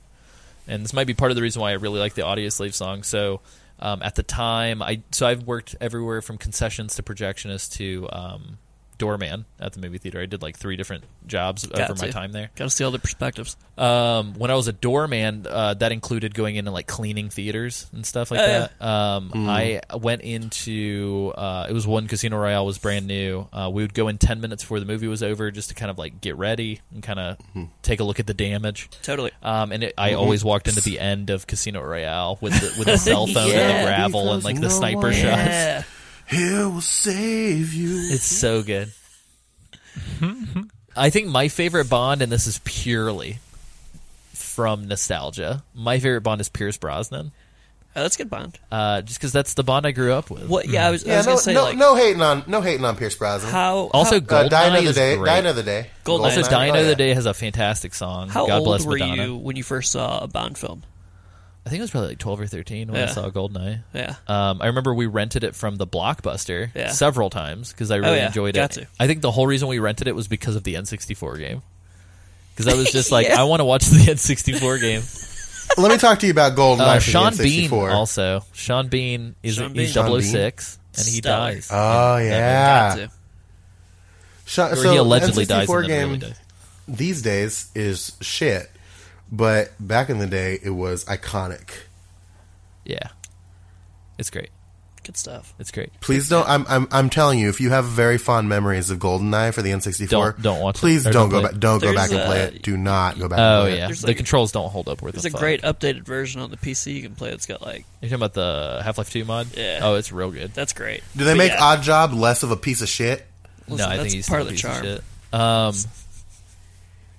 and this might be part of the reason why I really like the Audio Slave song. So um, at the time, I so I've worked everywhere from concessions to projectionist to um, doorman at the movie theater. I did like three different jobs over my to. time there. Got to see all the perspectives. Um, when I was a doorman, uh, that included going in and like cleaning theaters and stuff like Oh, that. Um, Hmm. I went into uh, it was one Casino Royale was brand new. Uh, we would go in ten minutes before the movie was over just to kind of like get ready and kind of Hmm. take a look at the damage. Totally. Um, and it, Mm-hmm. I always walked into the end of Casino Royale with the, with the cell phone and Yeah. the ravel and like the No sniper way. shots. Yeah. Here will save you. It's Mm-hmm. so good. I think my favorite Bond, and this is purely from nostalgia. My favorite Bond is Pierce Brosnan, Oh, that's good Bond. uh, just because that's the Bond I grew up with. What? Yeah, I was, I Yeah, was no, gonna say no, like no hating on no hating on Pierce Brosnan. how Also, how, uh, Goldeneye Die Another is Day. great. Die Another Day. Goldeneye. Also, Goldeneye, Die oh, Another yeah. Day has a fantastic song. how God old bless were Madonna. you when you first saw a Bond film? I think it was probably like twelve or thirteen when I Yeah. saw Goldeneye. Yeah. Um, I remember we rented it from the Blockbuster Yeah. Oh, several times because I really yeah. enjoyed Got it. to. I think the whole reason we rented it was because of the N64 game. Because I was just like, Yeah. I want to watch the N64 game. Let me talk to you about Goldeneye. for Uh, the Sean Bean N64. also. Sean Bean is Sean he's Bean. Sean Bean. 006 and he Stellar. dies. Oh Got yeah. to. Sean, or so he allegedly dies N64 and then game really dies. these days is shit, but back in the day it was iconic. Yeah. It's great. Good stuff. It's great. Please don't. I'm, I'm I'm telling you, if you have very fond memories of Goldeneye for the N64, Don't- don't watch it. Please Or don't go don't play back. Don't go There's back and a- play it. Do not go back. Oh and play yeah, It. There's the like- controls don't hold up worth There's a a fuck. great updated version on the PC you can play. It's got like You're talking about the Half-Life 2 mod? Yeah. Oh, it's real good. that's great. Do they But make yeah, Odd Job less of a piece of shit? listen, no, I that's think he's part still of the a piece charm. shit. Um,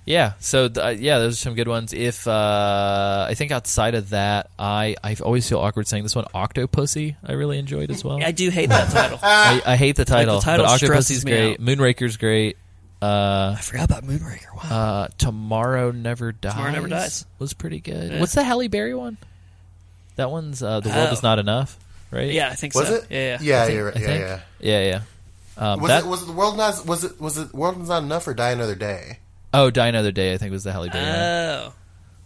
yeah. So th- uh, yeah, those are some good ones. If uh, I think outside of that, I I always feel awkward saying this one. Octopussy, I really enjoyed as well. I do hate that title. I, I hate the title, Ah. title but Octopussy's stresses me great. out. Moonraker's great. Uh, I forgot about Moonraker. Wow. uh, Tomorrow Never Dies. Never Dies. was pretty good. Yeah. What's the Halle Berry one? That one's uh, the world Oh. is not enough, right? yeah, I think Was so. it? Yeah, yeah. Yeah. I think- you're right. I yeah. think. Yeah. yeah, yeah. Um, Was that, it was it the world not was it was it world not enough or die another day? oh, Die Another Day. I think was the Halle Berry. one. Oh,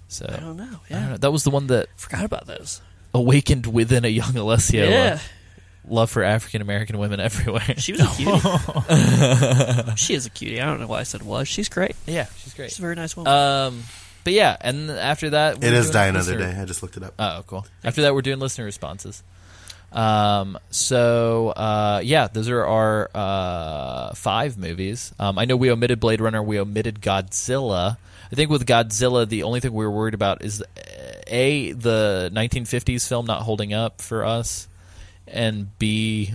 So I don't know. I don't Yeah, know. That was the one that forgot about those. awakened within a young Alessia. Yeah, Love, love for African American women everywhere. she was a cutie. she is a cutie. I don't know why I said was. She's great. yeah, she's She's great. a very nice woman. Um, but yeah, and after that, It is die another listener. day. I just looked it up. Oh, cool. After that, we're doing listener responses. Um, so uh, yeah, those are our uh, five movies. Um, I know we omitted Blade Runner. We omitted Godzilla. I think with Godzilla, the only thing we were worried about is uh, a the 1950s film not holding up for us, and b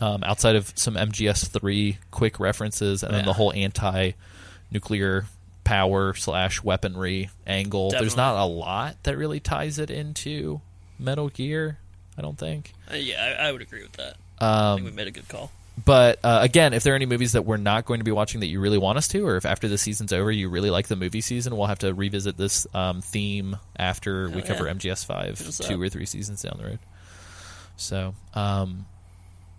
um, outside of some MGS three quick references, and then the whole anti nuclear power slash weaponry angle. There's Definitely. not a lot that really ties it into Metal Gear. I don't think. Uh, yeah, I, I would agree with that. I um, think we made a good call. But uh, again, if there are any movies that we're not going to be watching that you really want us to, or if after the season's over you really like the movie season, we'll have to revisit this um, theme after we yeah. cover MGS five us two up. or three seasons down the road. So um,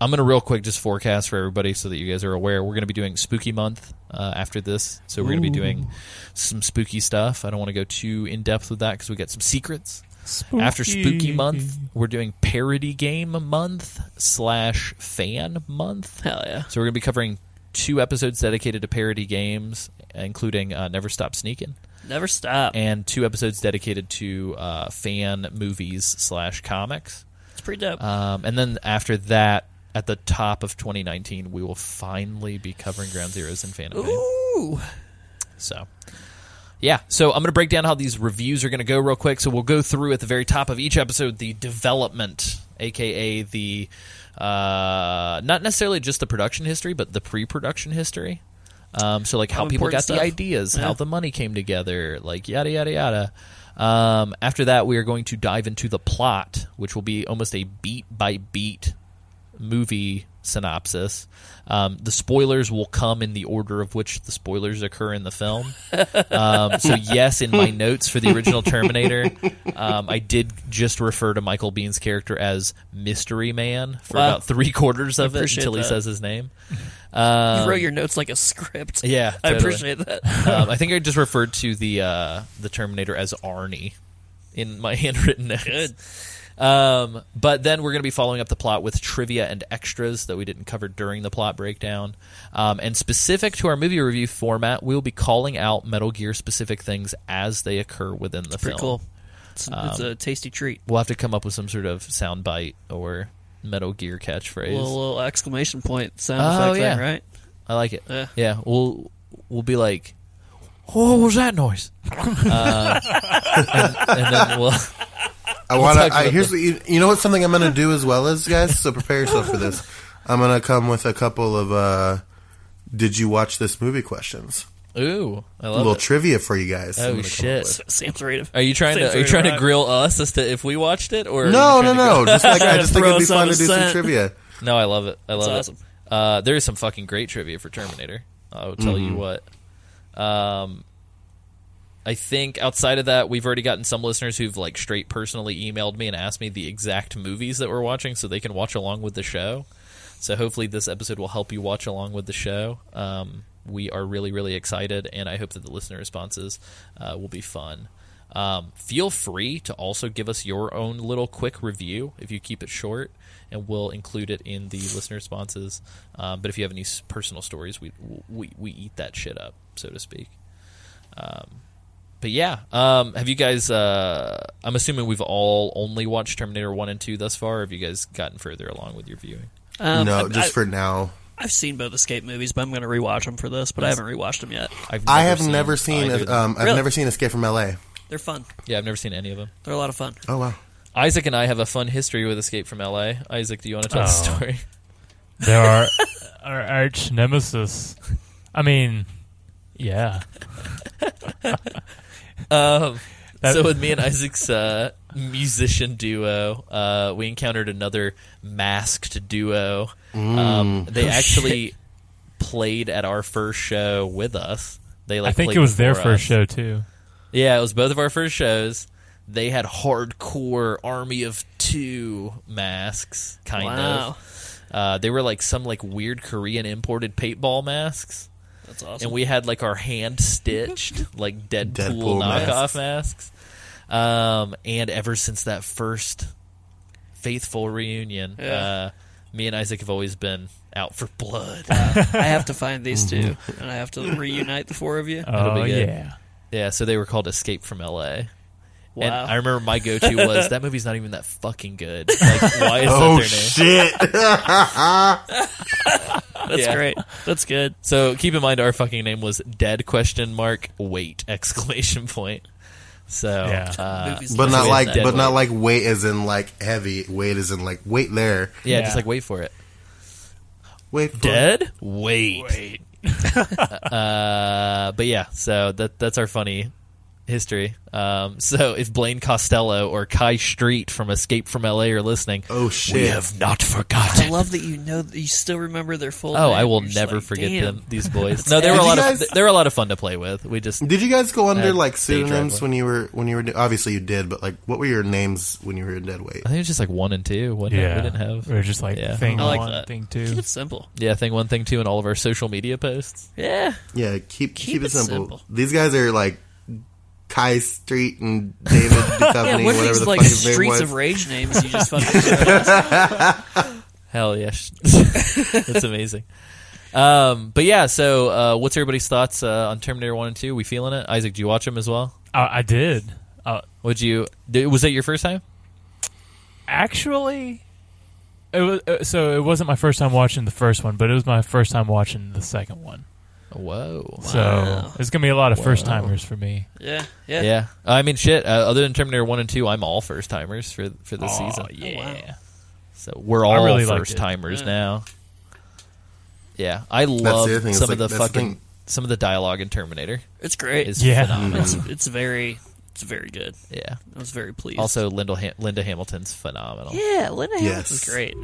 I'm gonna real quick just forecast for everybody so that you guys are aware. We're gonna be doing Spooky Month uh, after this, so we're gonna be doing some spooky stuff. I don't want to go too in depth with that because we got some secrets. After Spooky Month, we're doing Parody Game Month slash Fan Month. Hell yeah. So we're going to be covering two episodes dedicated to parody games, including uh, Never Stop Sneaking, Never stop. and two episodes dedicated to uh, fan movies slash comics. it's pretty dope. Um, and then after that, at the top of 2019, we will finally be covering Ground Zeroes and Phantom Pain. Ooh. So, yeah. So I'm going to break down how these reviews are going to go real quick. So we'll go through at the very top of each episode the development, aka the uh, not necessarily just the production history, but the pre-production history. Um, so like how, How people got important the stuff. ideas, how Yeah. the money came together, like yada yada yada. Um, after that, we are going to dive into the plot, which will be almost a beat by beat movie synopsis. Um, the spoilers will come in the order of which the spoilers occur in the film. Um, so, yes, in my notes for the original Terminator, um, I did just refer to Michael Bean's character as Mystery Man for Wow. about three quarters of it appreciate until he that. says his name. Um, you wrote your notes like a script. yeah, I totally. appreciate that. um, I think I just referred to the uh, the Terminator as Arnie in my handwritten notes. Good. Um, but then we're going to be following up the plot with trivia and extras that we didn't cover during the plot breakdown. Um, and specific to our movie review format, we'll be calling out Metal Gear specific things as they occur within the Pretty film. cool. It's, um, it's a tasty treat. We'll have to come up with some sort of soundbite or Metal Gear catchphrase. Little, little exclamation point sound Oh, effect yeah. thing, right? I like it. Yeah. yeah, we'll we'll be like, "Oh, what was that noise? uh, and, and then we'll. I want to. talk about I here's what you, you know what something I'm gonna do as well as guys. So prepare yourself for this. I'm gonna come with a couple of uh, did you watch this movie questions. Ooh, I a love little it. trivia for you guys. I'm Oh gonna come up shit! with. Sam's rate of Are you trying Sam's to are rate you of trying to rock. grill us as to if we watched it or are you No, no, trying to no. Just like I just think Throw it'd be us on fun a to do some scent. trivia. grill? No, I love it. I love That's it. awesome. Uh, there is some fucking great trivia for Terminator. I'll tell you what. Um, I think outside of that, we've already gotten some listeners who've like straight personally emailed me and asked me the exact movies that we're watching so they can watch along with the show. So hopefully this episode will help you watch along with the show. Um, we are really, really excited, and I hope that the listener responses uh, will be fun. Um, feel free to also give us your own little quick review if you keep it short, and we'll include it in the listener responses. Um, but if you have any s- personal stories, we, we we eat that shit up, so to speak. Um, But yeah, um, have you guys? Uh, I'm assuming we've all only watched Terminator One and Two thus far. Or have you guys gotten further along with your viewing? Um, no, I- just I- for now. I've seen both Escape movies, but I'm going to rewatch them for this. But I haven't rewatched them yet. I've I have never seen. either of them. um, I've Really? never seen Escape from L.A. They're fun. yeah, I've never seen any of them. They're a lot of fun. Oh wow. Isaac and I have a fun history with Escape from LA. Isaac, do you want to tell the Oh. story? There are our arch nemesis. I mean, yeah. Um, That- so with me and Isaac's uh, musician duo, uh, we encountered another masked duo. Mm, Um, oh, they actually played at our first show with us. They like I think played it was their before first us. show too. Yeah, it was both of our first shows. They had hardcore Army of Two masks, kind wow, of. Uh, they were like some like weird Korean imported paintball masks, that's awesome. and we had like our hand stitched like Deadpool, Deadpool knockoff masks. Um, and ever since that first faithful reunion, Yeah. uh, me and Isaac have always been out for blood. I have to find these two, and I have to reunite the four of you. Oh be good. yeah. yeah, so they were called Escape from L.A. And Wow. I remember my go-to was that movie's not even that fucking good. Like, why is that Oh their name? shit. That's Yeah. great. That's good. So keep in mind, our fucking name was Dead Question Mark Wait Exclamation Point. So Yeah. uh, Movies like- but so not we like. had But Deadpool. not like weight as in like heavy. Weight as in like wait there. yeah, Yeah. just like wait for it. Wait. For Dead. Wait. uh, but yeah, so that that's our funny history. Um, so if Blaine Costello or Kai Street from Escape from L.A. are listening, Oh we shit. have not I forgotten. love that you know that you still remember their full. Oh, name. I will You're just never like, forget "Damn." them. These boys. No, they were Did a you lot guys- of they were a lot of fun to play with. We just Did you guys go under Had like day driver. pseudonyms when you were when you were do- obviously you did, but like what were your names when you were in Deadweight? I think it was just like one and two. wasn't it? Yeah. we didn't have We were just like Yeah. thing I like one, that. thing Keep two. it simple. Yeah, thing one, thing two, and all of our social media posts. Yeah, Yeah, keep keep, it, it simple. simple. These guys are like Kai Street and David Duchovny, yeah. What are whatever these the like fuck his name streets was. of rage names you just fucking? Hell yeah, that's amazing. Um, but yeah, so uh, what's everybody's thoughts uh, on Terminator One and Two? We feeling it? Isaac, do you watch them as well? I, I did. Uh, Would you? Did, was that your first time? actually, it was uh, so it wasn't my first time watching the first one, but it was my first time watching the second one. Whoa. So it's gonna be a lot of first timers for me. yeah, yeah, Yeah, I mean, shit. Uh, other than Terminator One and Two, I'm all first timers for for the Aw, season. yeah. So we're I all really liked first it. timers Yeah. now. Yeah, I love other thing, it's some like- of the that's the fucking thing. some of the dialogue in Terminator. It's great. Is Yeah. phenomenal. It's it's very it's very good. Yeah. I was very pleased. Also, Linda ha- Linda Hamilton's phenomenal. yeah, Linda Hamilton's Yes. great.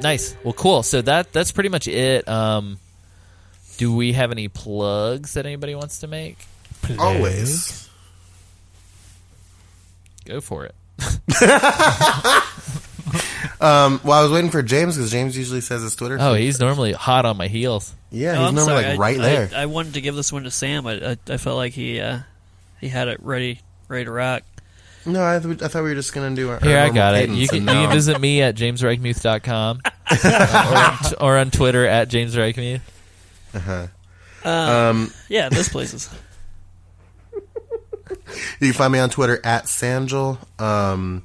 Nice. Well, cool. So that that's pretty much it. Um, do we have any plugs that anybody wants to make? Always. Go for it. Um, well, I was waiting for James because James usually says his Twitter. Oh, feed he's first. normally hot on my heels. Oh, yeah, he's I'm normally sorry. like I- right I, there. I, wanted to give this one to Sam. I, I, I felt like he uh, he had it ready ready to rock. no, I, th- I thought we were just gonna do our. Here, our I normal got it. cadence, You can, and you now can I'm- visit me at jamesreichmuth.com uh, or, on t- or on Twitter at jamesreichmuth. Um, Yeah, those places. You can find me on Twitter at Sangel. Um,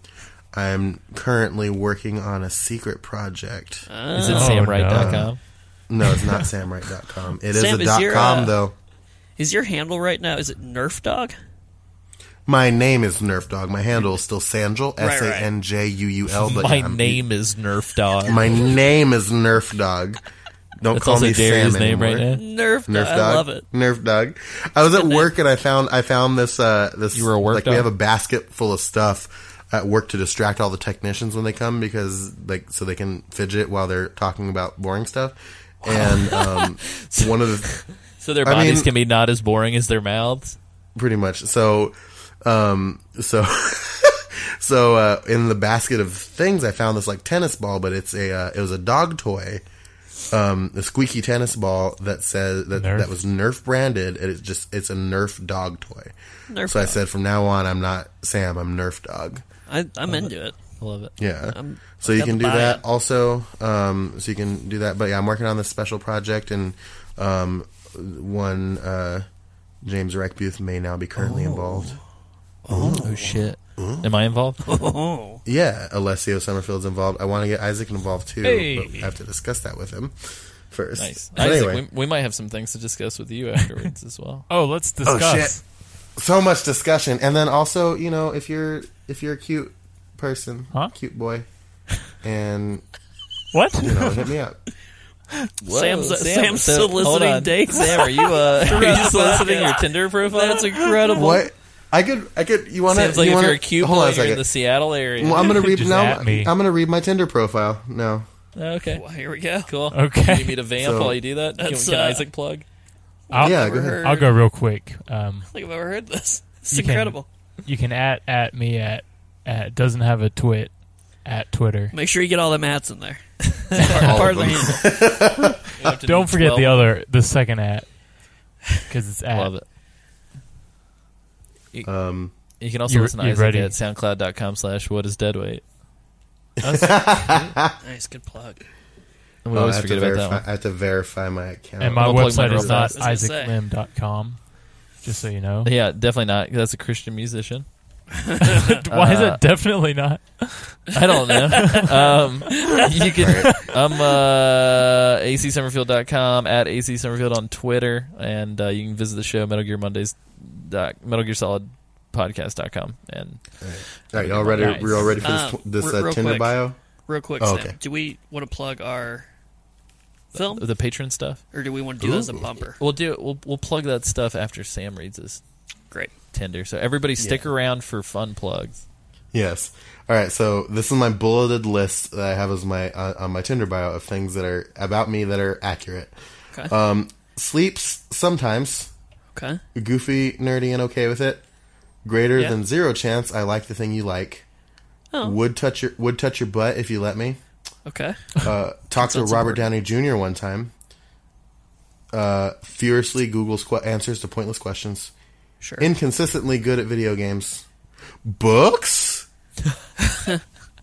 I'm currently working on a secret project. Uh. Is it Oh, samwright.com? No, it's not samwright.com. It is Sam, a is dot your, com, uh, though. Is your handle right now? Is it Nerf Dog? My name is Nerf Dog. My handle is still Sangel. Right, S right. A N J U U L. But My yeah, I'm- name is Nerf Dog. My name is Nerf Dog. Don't That's call also me Darius' Sam name anymore. right now. Nerf, Dog. Nerf Dog. I love it. Nerf Dog. I was at work and I found I found this uh this You were a work like dog? we have a basket full of stuff at work to distract all the technicians when they come because like so they can fidget while they're talking about boring stuff. And um, one of the So their I bodies mean- can be not as boring as their mouths. pretty much so um so so uh in the basket of things i found this like tennis ball but it's a uh, it was a dog toy um a squeaky tennis ball that says that Nerf. that was nerf branded and it's just it's a nerf dog toy Nerf so i Dog. said from now on i'm not sam i'm nerf dog I, I'm into it. I love it. yeah. I'm- so I've you Um, got can the do buy-in. that also. Um, so you can do that. But yeah, I'm working on this special project, and um, one uh, James Reckbuth may now be currently involved. Oh, shit. Am I involved? Oh, Yeah, Alessio Summerfield's involved. I want to get Isaac involved too. Hey. But I have to discuss that with him first. Nice. But Isaac, anyway, we, we might have some things to discuss with you afterwards as well. Oh, let's Oh, discuss. shit. so much discussion, and then also, you know, if you're if you're a cute person, Huh? cute boy, and What? you know, hit me up. Sam's- uh, Sam's soliciting hold on. dates. Sam, are you, uh, are you soliciting your Tinder profile? that's incredible. What? I could, I could. You want to? Sam's like, you if wanna, you're a cute hold boy, on a you're in second. the Seattle area. Well, I'm gonna read Just now. at me. I'm gonna read my Tinder profile. No, okay, Well, here we go. cool. Okay. You meet a vamp So- while you do that? Can, That's, can uh, Isaac plug? I'll, yeah, go Never ahead. heard. I'll go real quick. Um, I think I've ever heard this. It's You can- incredible. you can at at me at at doesn't have a twit at Twitter. Make sure you get all the mats in there. part, part of the handle. You have to Don't do forget 12. the other the second at because it's at. Love it. Um, You can also You're- listen to you're Isaac ready. at soundcloud.com slash what is dead weight. Nice, good plug. We oh, I always have to forget about verify. that one. I have to verify my account. And my I'll plug my website is real not fast. I was gonna say. isaaclim.com. Just so you know, Yeah, definitely not. 'cause That's a Christian musician. why is Uh, it definitely not? I don't know. um, you can. I'm uh, acsummerfield.com at acsummerfield on Twitter, and uh, you can visit the show Metal Gear Mondays. Dot, Metal Gear Solid podcast.com and All right, y'all ready? Nice. We're all ready for this, Um, this re- uh, real Tinder quick. bio. Real quick, Sam, Oh, okay. do we want to plug our film, the patron stuff. or do we want to do that as a bumper? We'll do we'll we'll plug that stuff after Sam reads his Great. Tinder. So everybody stick around for fun plugs. Yes. All right. So this is my bulleted list that I have as my uh, on my Tinder bio of things that are about me that are accurate. Okay. Um, sleeps sometimes. Okay. Goofy, nerdy, and okay with it. Greater Yeah. than zero chance. I like the thing you like. Oh. Would touch your would touch your butt if you let me. Okay. uh, talked to That's Robert Downey Jr. one time. Uh, furiously Google's que- answers to pointless questions. Sure. Inconsistently good at video games. Books.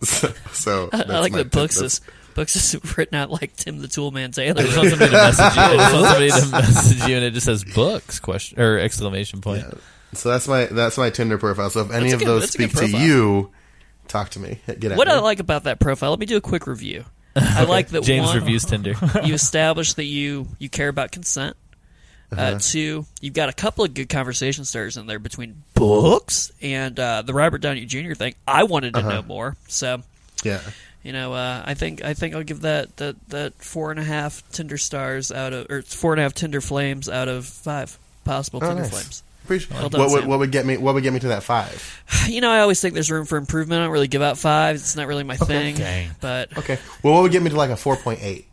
so, so that's I like my that tip. books That's- is books is written out like Tim the Toolman I Taylor. just want somebody to message you. I just want somebody to message you, and it just says books question or exclamation point. so that's my that's my Tinder profile. So if That's any a of good- those that's a good speak to profile. you, talk to me. Get at What me. I like about that profile, let me do a quick review. I like that James one, reviews Tinder. you establish that you you care about consent. uh Uh-huh. two, you've got a couple of good conversation starters in there between books and uh, the Robert Downey Jr. thing. I wanted Uh-huh. to know more, so Yeah. you know, uh, I think I think I'll give that that that four and a half Tinder stars out of or four and a half Tinder flames out of five possible Oh, Tinder nice. flames. Appreciate Well done, what would Sam. what would get me what would get me to that five? You know, I always think there's room for improvement. I don't really give out fives; it's not really my thing. Dang. But Okay. Well, what would get me to like a four point eight?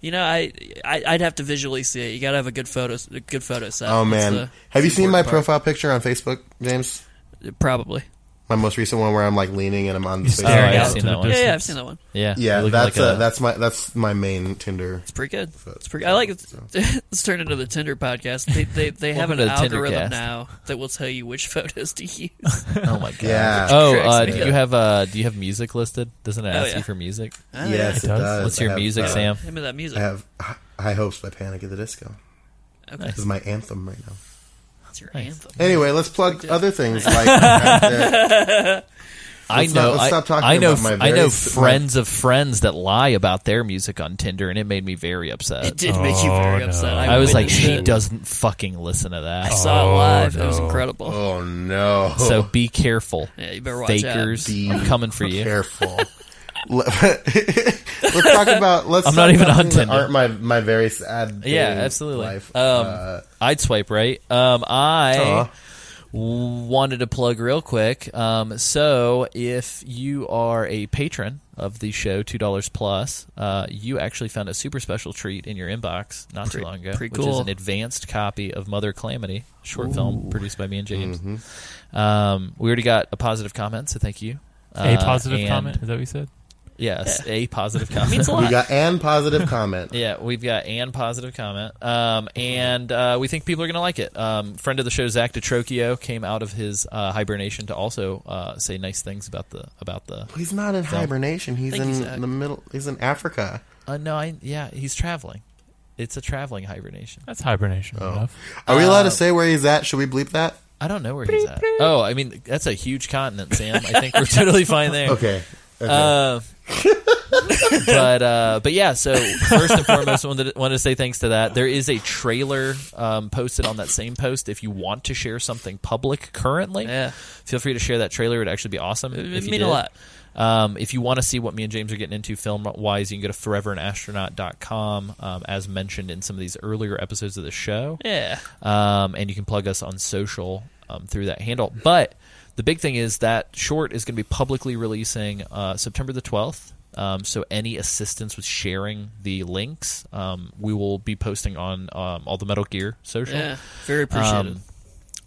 you know, I, I I'd have to visually see it. You got to have a good photo, a good photo set. Oh That's man, the have you seen my important profile picture on Facebook, James? part. Probably. My most recent one where I'm like leaning and I'm on the You space. stare Oh, out yeah, I've to seen the that one. Yeah, distance. yeah, I've seen that one. Yeah, Yeah, you look that's like uh a- that's my that's my main Tinder. It's pretty good. It's pretty. I like it. Let's turn into the Tinder podcast. They they, they have an Welcome to the Tinder algorithm cast. now that will tell you which photos to use. oh my god. Yeah. Oh, Cracks uh, me do up. you have uh, do you have music listed? Doesn't it Oh, ask yeah. you for music? Ah, yes, it It does. does. What's I your have, music, uh, Sam? Give me that music. I have h- high hopes by Panic at the Disco. Okay. This is my anthem right now. That's your Nice. anthem. Anyway, let's plug other things like that. I Let's know. not- let's I, stop talking I know. about my f- I know very s- friends of friends that lie about their music on Tinder, and it made me very upset. It did make you Oh, very no. upset. I was like, witnessed she it. doesn't fucking listen to that. I saw it live. It was Oh, no. incredible. oh no. So be careful, Yeah, you better watch fakers. out. Be I'm coming for you. careful. Le- let's talk about. Let's. I'm talk not even about on things that Tinder. Aren't my my very sad. Yeah, daily absolutely. Life. Um, Uh, I'd swipe right. Um, I Aw. wanted to plug real quick. Um, so if you are a patron of the show, two dollars plus, uh, you actually found a super special treat in your inbox not too Pretty- long ago, pretty which is cool. an advanced copy of Mother Calamity, short film produced by me and James. Mm-hmm. Um, we already got a positive comment, so thank you. A Uh, positive and- comment? Is that what you said? Yes, a positive comment. means a lot. we got and positive comment. Yeah, we've got and positive comment, um, and uh, we think people are going to like it. Um, friend of the show, Zach Detrocchio, came out of his uh, hibernation to also uh, say nice things about the about the. He's not in hibernation. He's Thank in you, Zach. the middle. He's in Africa. Uh, no, I yeah, he's traveling. It's a traveling hibernation. That's hibernation Oh. enough. Are we allowed to say where he's at? Should we bleep that? I don't know where he's at. Oh, I mean that's a huge continent, Sam. I think we're totally fine there. Okay. okay. eh. Uh, but uh, but yeah, so first and foremost, I wanted, wanted to say thanks to that. There is a trailer um, posted on that same post. If you want to share something public currently, Yeah. feel free to share that trailer. It'd actually be awesome. It would mean a lot. Um, if you want to see what me and James are getting into film wise, you can go to foreveranastronaut.com, um, as mentioned in some of these earlier episodes of the show Yeah. um, and you can plug us on social um, through that handle. But the big thing is that short is going to be publicly releasing uh, September the 12th. Um, so any assistance with sharing the links, um, we will be posting on um, all the Metal Gear social. Yeah. Very appreciated. Um,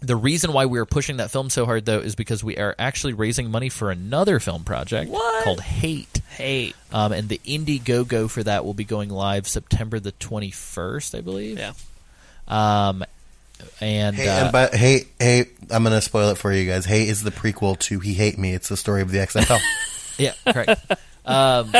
the reason why we are pushing that film so hard, though, is because we are actually raising money for another film project What? called Hate. hey. Um, and the Indiegogo for that will be going live September the 21st, I believe. Yeah. Um, and, Hey, uh, and but hey, hey, I'm gonna spoil it for you guys. Hey is the prequel to He Hate Me. It's the story of the XFL. yeah, correct. um,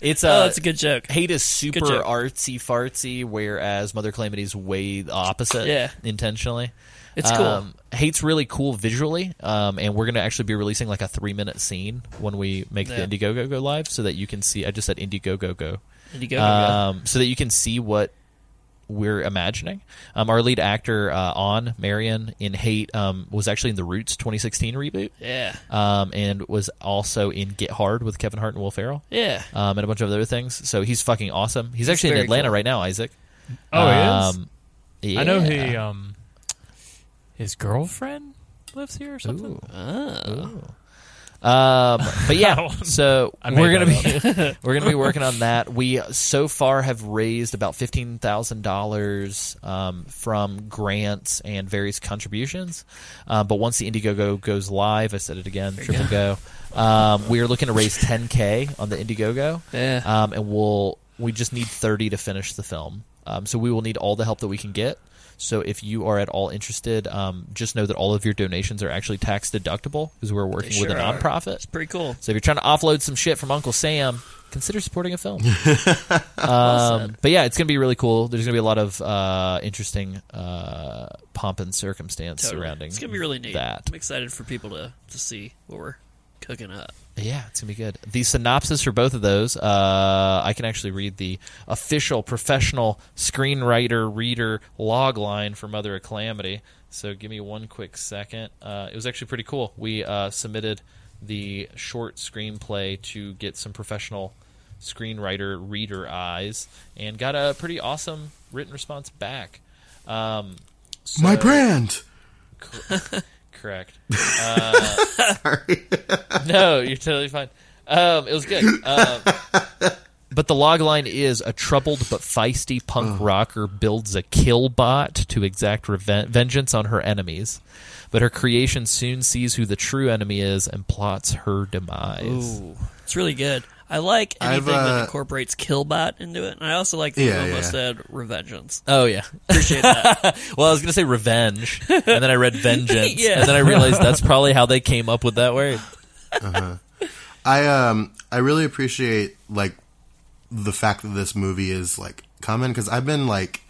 it's uh, Oh, that's a good joke. Hate is super Good joke. artsy fartsy, whereas Mother Calamity is way the opposite. Yeah. intentionally. It's cool. Um, Hate's really cool visually, um, and we're going to actually be releasing like a three minute scene when we make Yeah. the Indiegogo go live, so that you can see. I just said Indiegogo go. Indiegogo. um, so that you can see what we're imagining. Um, our lead actor uh, on Marion in Hate um, was actually in the Roots 2016 reboot, yeah. um, and was also in Get Hard with Kevin Hart and Will Ferrell, Yeah. um, and a bunch of other things. So he's fucking awesome. He's actually in very Atlanta cool. right now, Isaac. Oh, it is? Um, yeah. I know he, um, his girlfriend lives here or something. Ooh. Oh. Um, but yeah, so I made we're gonna that be we're gonna be working on that. We so far have raised about fifteen thousand dollars um, from grants and various contributions. Um, but once the Indiegogo goes live, I said it again, triple go. Um, we are looking to raise ten k on the Indiegogo, Yeah. um, and we'll we just need thirty to finish the film. Um, so we will need all the help that we can get. So if you are at all interested, um, just know that all of your donations are actually tax deductible because we're working with a sure are. nonprofit. It's pretty cool. So if you're trying to offload some shit from Uncle Sam, consider supporting a film. Well Um, but yeah, it's going to be really cool. There's going to be a lot of uh, interesting uh, pomp and circumstance Totally. surrounding. It's gonna be really neat. That I'm excited for people to to see what we're cooking up. yeah, it's gonna be good. The synopsis for both of those, uh, I can actually read the official professional screenwriter reader log line for Mother of Calamity. So give me one quick second. Uh, it was actually pretty cool. We uh, submitted the short screenplay to get some professional screenwriter reader eyes and got a pretty awesome written response back. Um, so- my brand. Correct. Uh, no, you're totally fine. Um, it was good. Um, But the log line is a troubled but feisty punk rocker builds a kill bot to exact reven- vengeance on her enemies. But her creation soon sees who the true enemy is and plots her demise. Ooh, it's really good. I like I've, anything uh, that incorporates Killbot into it, and I also like that you Yeah, yeah. almost said Revengeance. Oh, yeah. Appreciate that. Well, I was going to say revenge, and then I read vengeance, Yeah. and then I realized that's probably how they came up with that word. I um I really appreciate like the fact that this movie is like common because I've been like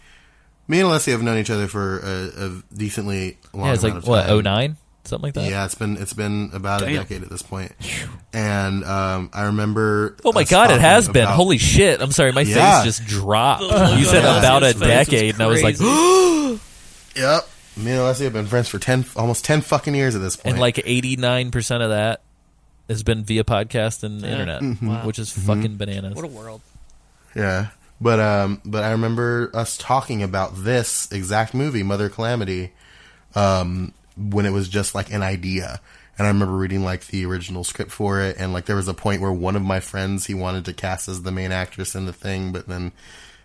me and Alessia have known each other for a, a decently long Yeah, it's amount like, of what, oh, time. 09? Something like that? Yeah, it's been it's been about Damn. a decade at this point, and um, I remember. Oh my us god, it talking has been. about- Holy shit. I'm sorry, my Yeah. face just dropped. The You said look on about his face a was decade, and I was like, crazy. Yep, me and Alessia have been friends for ten almost ten fucking years at this point. and like 89% of that has been via podcast and internet, Wow. which Mm-hmm. is fucking bananas. what a world. Yeah. But um but I remember us talking about this exact movie, Mother Calamity, um, when it was just like an idea. And I remember reading like the original script for it and like there was a point where one of my friends he wanted to cast as the main actress in the thing, but then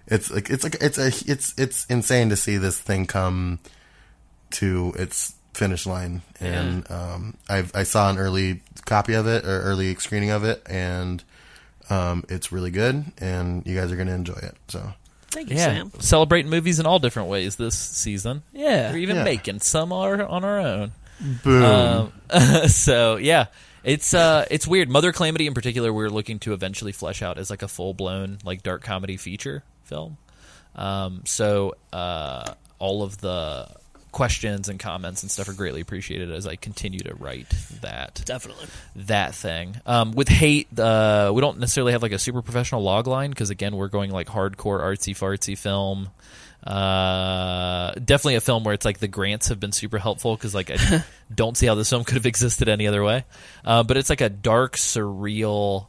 it's like it's like it's a it's it's insane to see this thing come to its finish line. And um I I saw an early copy of it or early screening of it and um, it's really good, and you guys are going to enjoy it. So, Thank you, yeah. Sam. Celebrating movies in all different ways this season. Yeah. We're even Yeah. making some are on our own. boom. Um, so yeah, it's uh, it's weird. Mother Calamity in particular, we're looking to eventually flesh out as like a full blown like dark comedy feature film. Um, so uh, all of the questions and comments and stuff are greatly appreciated as I continue to write that Definitely. that thing. Um, with hate, uh, we don't necessarily have like a super professional log line because again, we're going like hardcore artsy fartsy film. Uh, definitely a film where it's like the grants have been super helpful because like I don't see how this film could have existed any other way. Uh, but it's like a dark, surreal,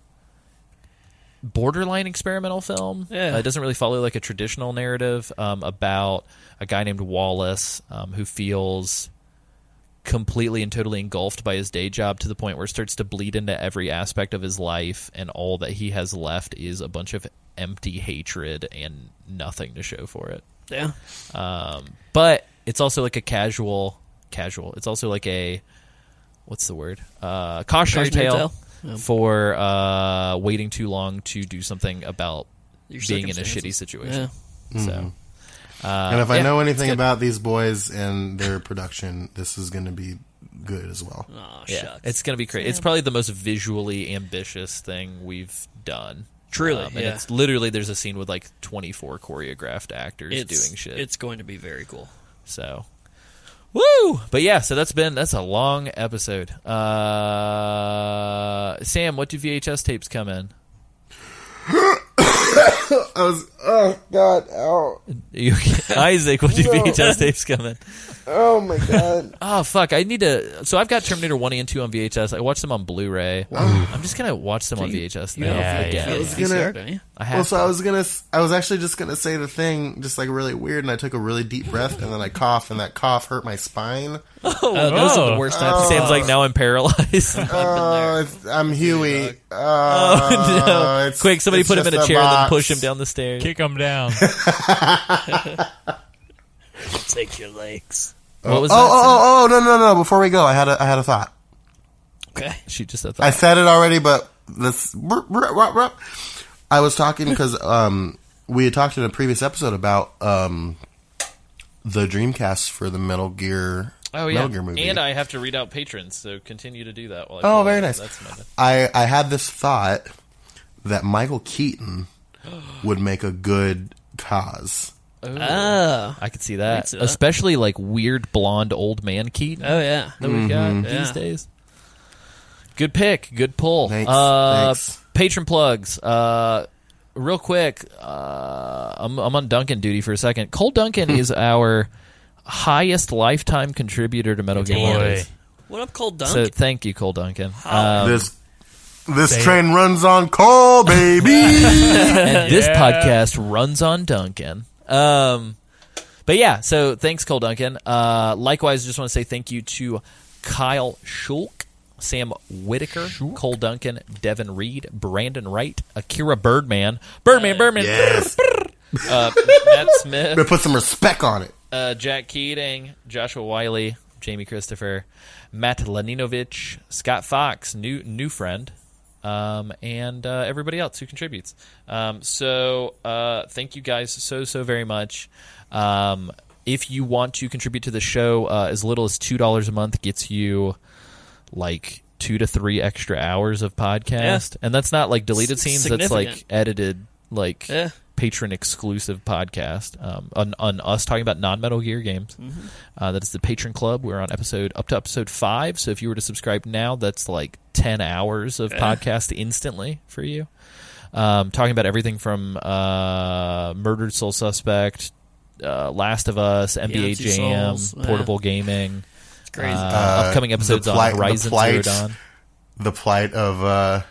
borderline experimental film. Yeah. Uh, it doesn't really follow like a traditional narrative um, about a guy named Wallace um, who feels completely and totally engulfed by his day job to the point where it starts to bleed into every aspect of his life and all that he has left is a bunch of empty hatred and nothing to show for it Yeah. um, but it's also like a casual casual it's also like a what's the word uh, cautionary, Cautionary tale, tale. Yeah. for uh, waiting too long to do something about Your being in a shitty circumstances. situation so and if I yeah, know it's anything good. about these boys and their production, this is going to be good as well. Yeah. Aw, yeah, shucks. it's gonna be crazy. It's probably the most visually ambitious thing we've done. Um, Truly, and yeah. it's literally there's a scene with like 24 choreographed actors It's- doing shit. It's going to be very cool. so, woo! But yeah, so that's been that's a long episode. Uh, Sam, what do VHS tapes come in? I was, oh god, ow, You, Isaac, what do VHS tapes come in? oh my god. Oh fuck! I need to. So I've got Terminator one and two on VHS. I watched them on Blu-ray. I'm just gonna watch them on VHS now. Yeah, again. yeah. I was gonna- I have well, so to. I was gonna, s- I was actually just gonna say the thing, just like really weird, and I took a really deep breath, and then I cough, and that cough hurt my spine. Oh, those are the Oh. worst types. of Sam's like now I'm paralyzed. Oh, it's, I'm Huey. Oh, Oh, no. it's- Quick, somebody it's put him just in a chair and then box. push him down the stairs. Kick him down. Take your legs. What was Oh, that? oh, oh, oh, no, no, no! Before we go, I had a, I had a thought. Okay. She just said I that. said it already, but this. I was talking because um, we had talked in a previous episode about um, the Dreamcast for the Metal Gear. Oh yeah, Metal Gear movie. and I have to read out patrons, so continue to do that. While I Oh, pull very it. nice. That's my bad. I I had this thought that Michael Keaton would make a good cause. Ah. Oh. I could see that, see that. especially like weird blonde old man Keaton Oh, yeah. that we've got Mm-hmm. Yeah. these days. Good pick, good pull. Thanks, Uh, thanks. Patron plugs. Uh, real quick, uh, I'm, I'm on Duncan duty for a second. Cole Duncan Hmm. is our highest lifetime contributor to Metal Gear. Damn. Boy. Warriors. What up, Cold Dunk? So thank you, Cole Duncan. Um, this this say train runs on coal, baby. and this Yeah. podcast runs on Duncan. Um, but yeah, so thanks, Cole Duncan. Uh, likewise, just want to say thank you to Kyle Schulk Sam Whitaker, Cole Duncan, Devin Reed, Brandon Wright, Akira Birdman, Birdman, Birdman, Yes. uh, Matt Smith, But put some respect on it. uh, Jack Keating, Joshua Wiley, Jamie Christopher, Matt Laninovich, Scott Fox, new new friend, um, and uh, everybody else who contributes. Um, so uh, thank you guys so so very much. Um, if you want to contribute to the show, uh, as little as two dollars a month gets you like two to three extra hours of podcast, and that's not like deleted S- scenes. That's like significant. edited like Yeah. patron exclusive podcast um, on, on us talking about non Metal Gear games. Mm-hmm. Uh, that is the Patron Club. We're on episode up to episode five. So if you were to subscribe now, that's like ten hours of podcast instantly for you. Um, talking about everything from uh, Murdered Soul Suspect, uh, Last of Us, NBA Beyond Two Jam, Souls, yeah. Portable Gaming, It's crazy. uh, Uh, upcoming the episodes plight- on the Horizon Zero plights. Dawn. The plight of uh,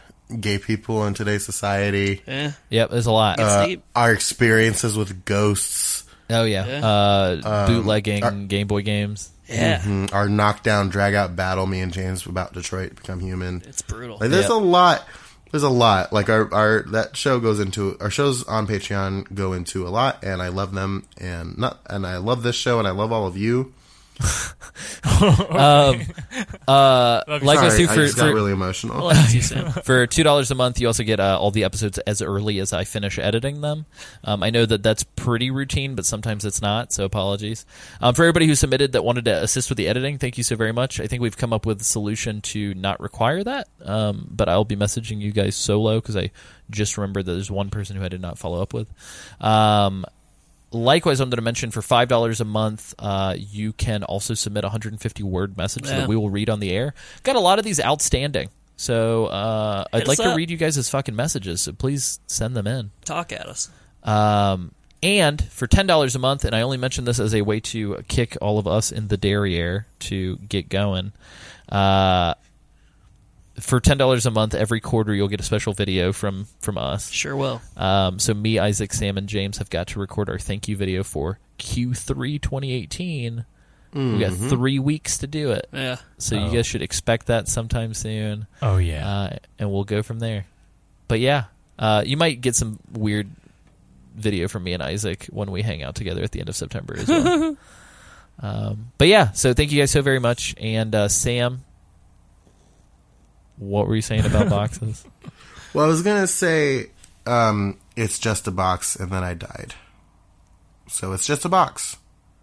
gay people in today's society, yeah. Yep, there's a lot. It's uh, deep. our experiences with ghosts, oh yeah, yeah. Uh, bootlegging um, are- Game Boy games. Yeah. mm, our knockdown, drag out battle, me and James about Detroit become human. It's brutal. Like there's Yep. a lot. There's a lot. Like our our that show goes into our shows on Patreon go into a lot, and I love them, and not and I love this show, and I love all of you. Like us Sorry, do I for, just got for, really emotional. Well, it's you, Sam. for two dollars a month, you also get uh, all the episodes as early as I finish editing them. Um, I know that that's pretty routine, but sometimes it's not. So apologies um, for everybody who submitted that wanted to assist with the editing. Thank you so very much. I think we've come up with a solution to not require that, um, but I'll be messaging you guys solo because I just remembered that there's one person who I did not follow up with. Um, Likewise, I'm going to mention for five dollars a month, uh, you can also submit a 150 word message Yeah. that we will read on the air. Got a lot of these outstanding, so uh, I'd Hit like us to up. read you guys' fucking messages. So please send them in. Talk at us. Um, and for ten dollars a month, and I only mention this as a way to kick all of us in the derriere to get going. Uh, for ten dollars a month, every quarter you'll get a special video from from us. Sure will. Um, so me, Isaac, Sam, and James have got to record our thank you video for Q3 2018. We got three weeks to do it, Yeah. so you guys should expect that sometime soon, Oh yeah. uh, and we'll go from there. But yeah, uh, you might get some weird video from me and Isaac when we hang out together at the end of September as well. um, but yeah, so thank you guys so very much, and uh, Sam. What were you saying about boxes? Well, I was gonna say um, it's just a box, and then I died. So it's just a box.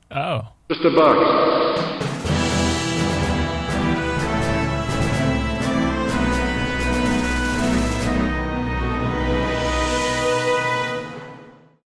Uh, oh. Just a box.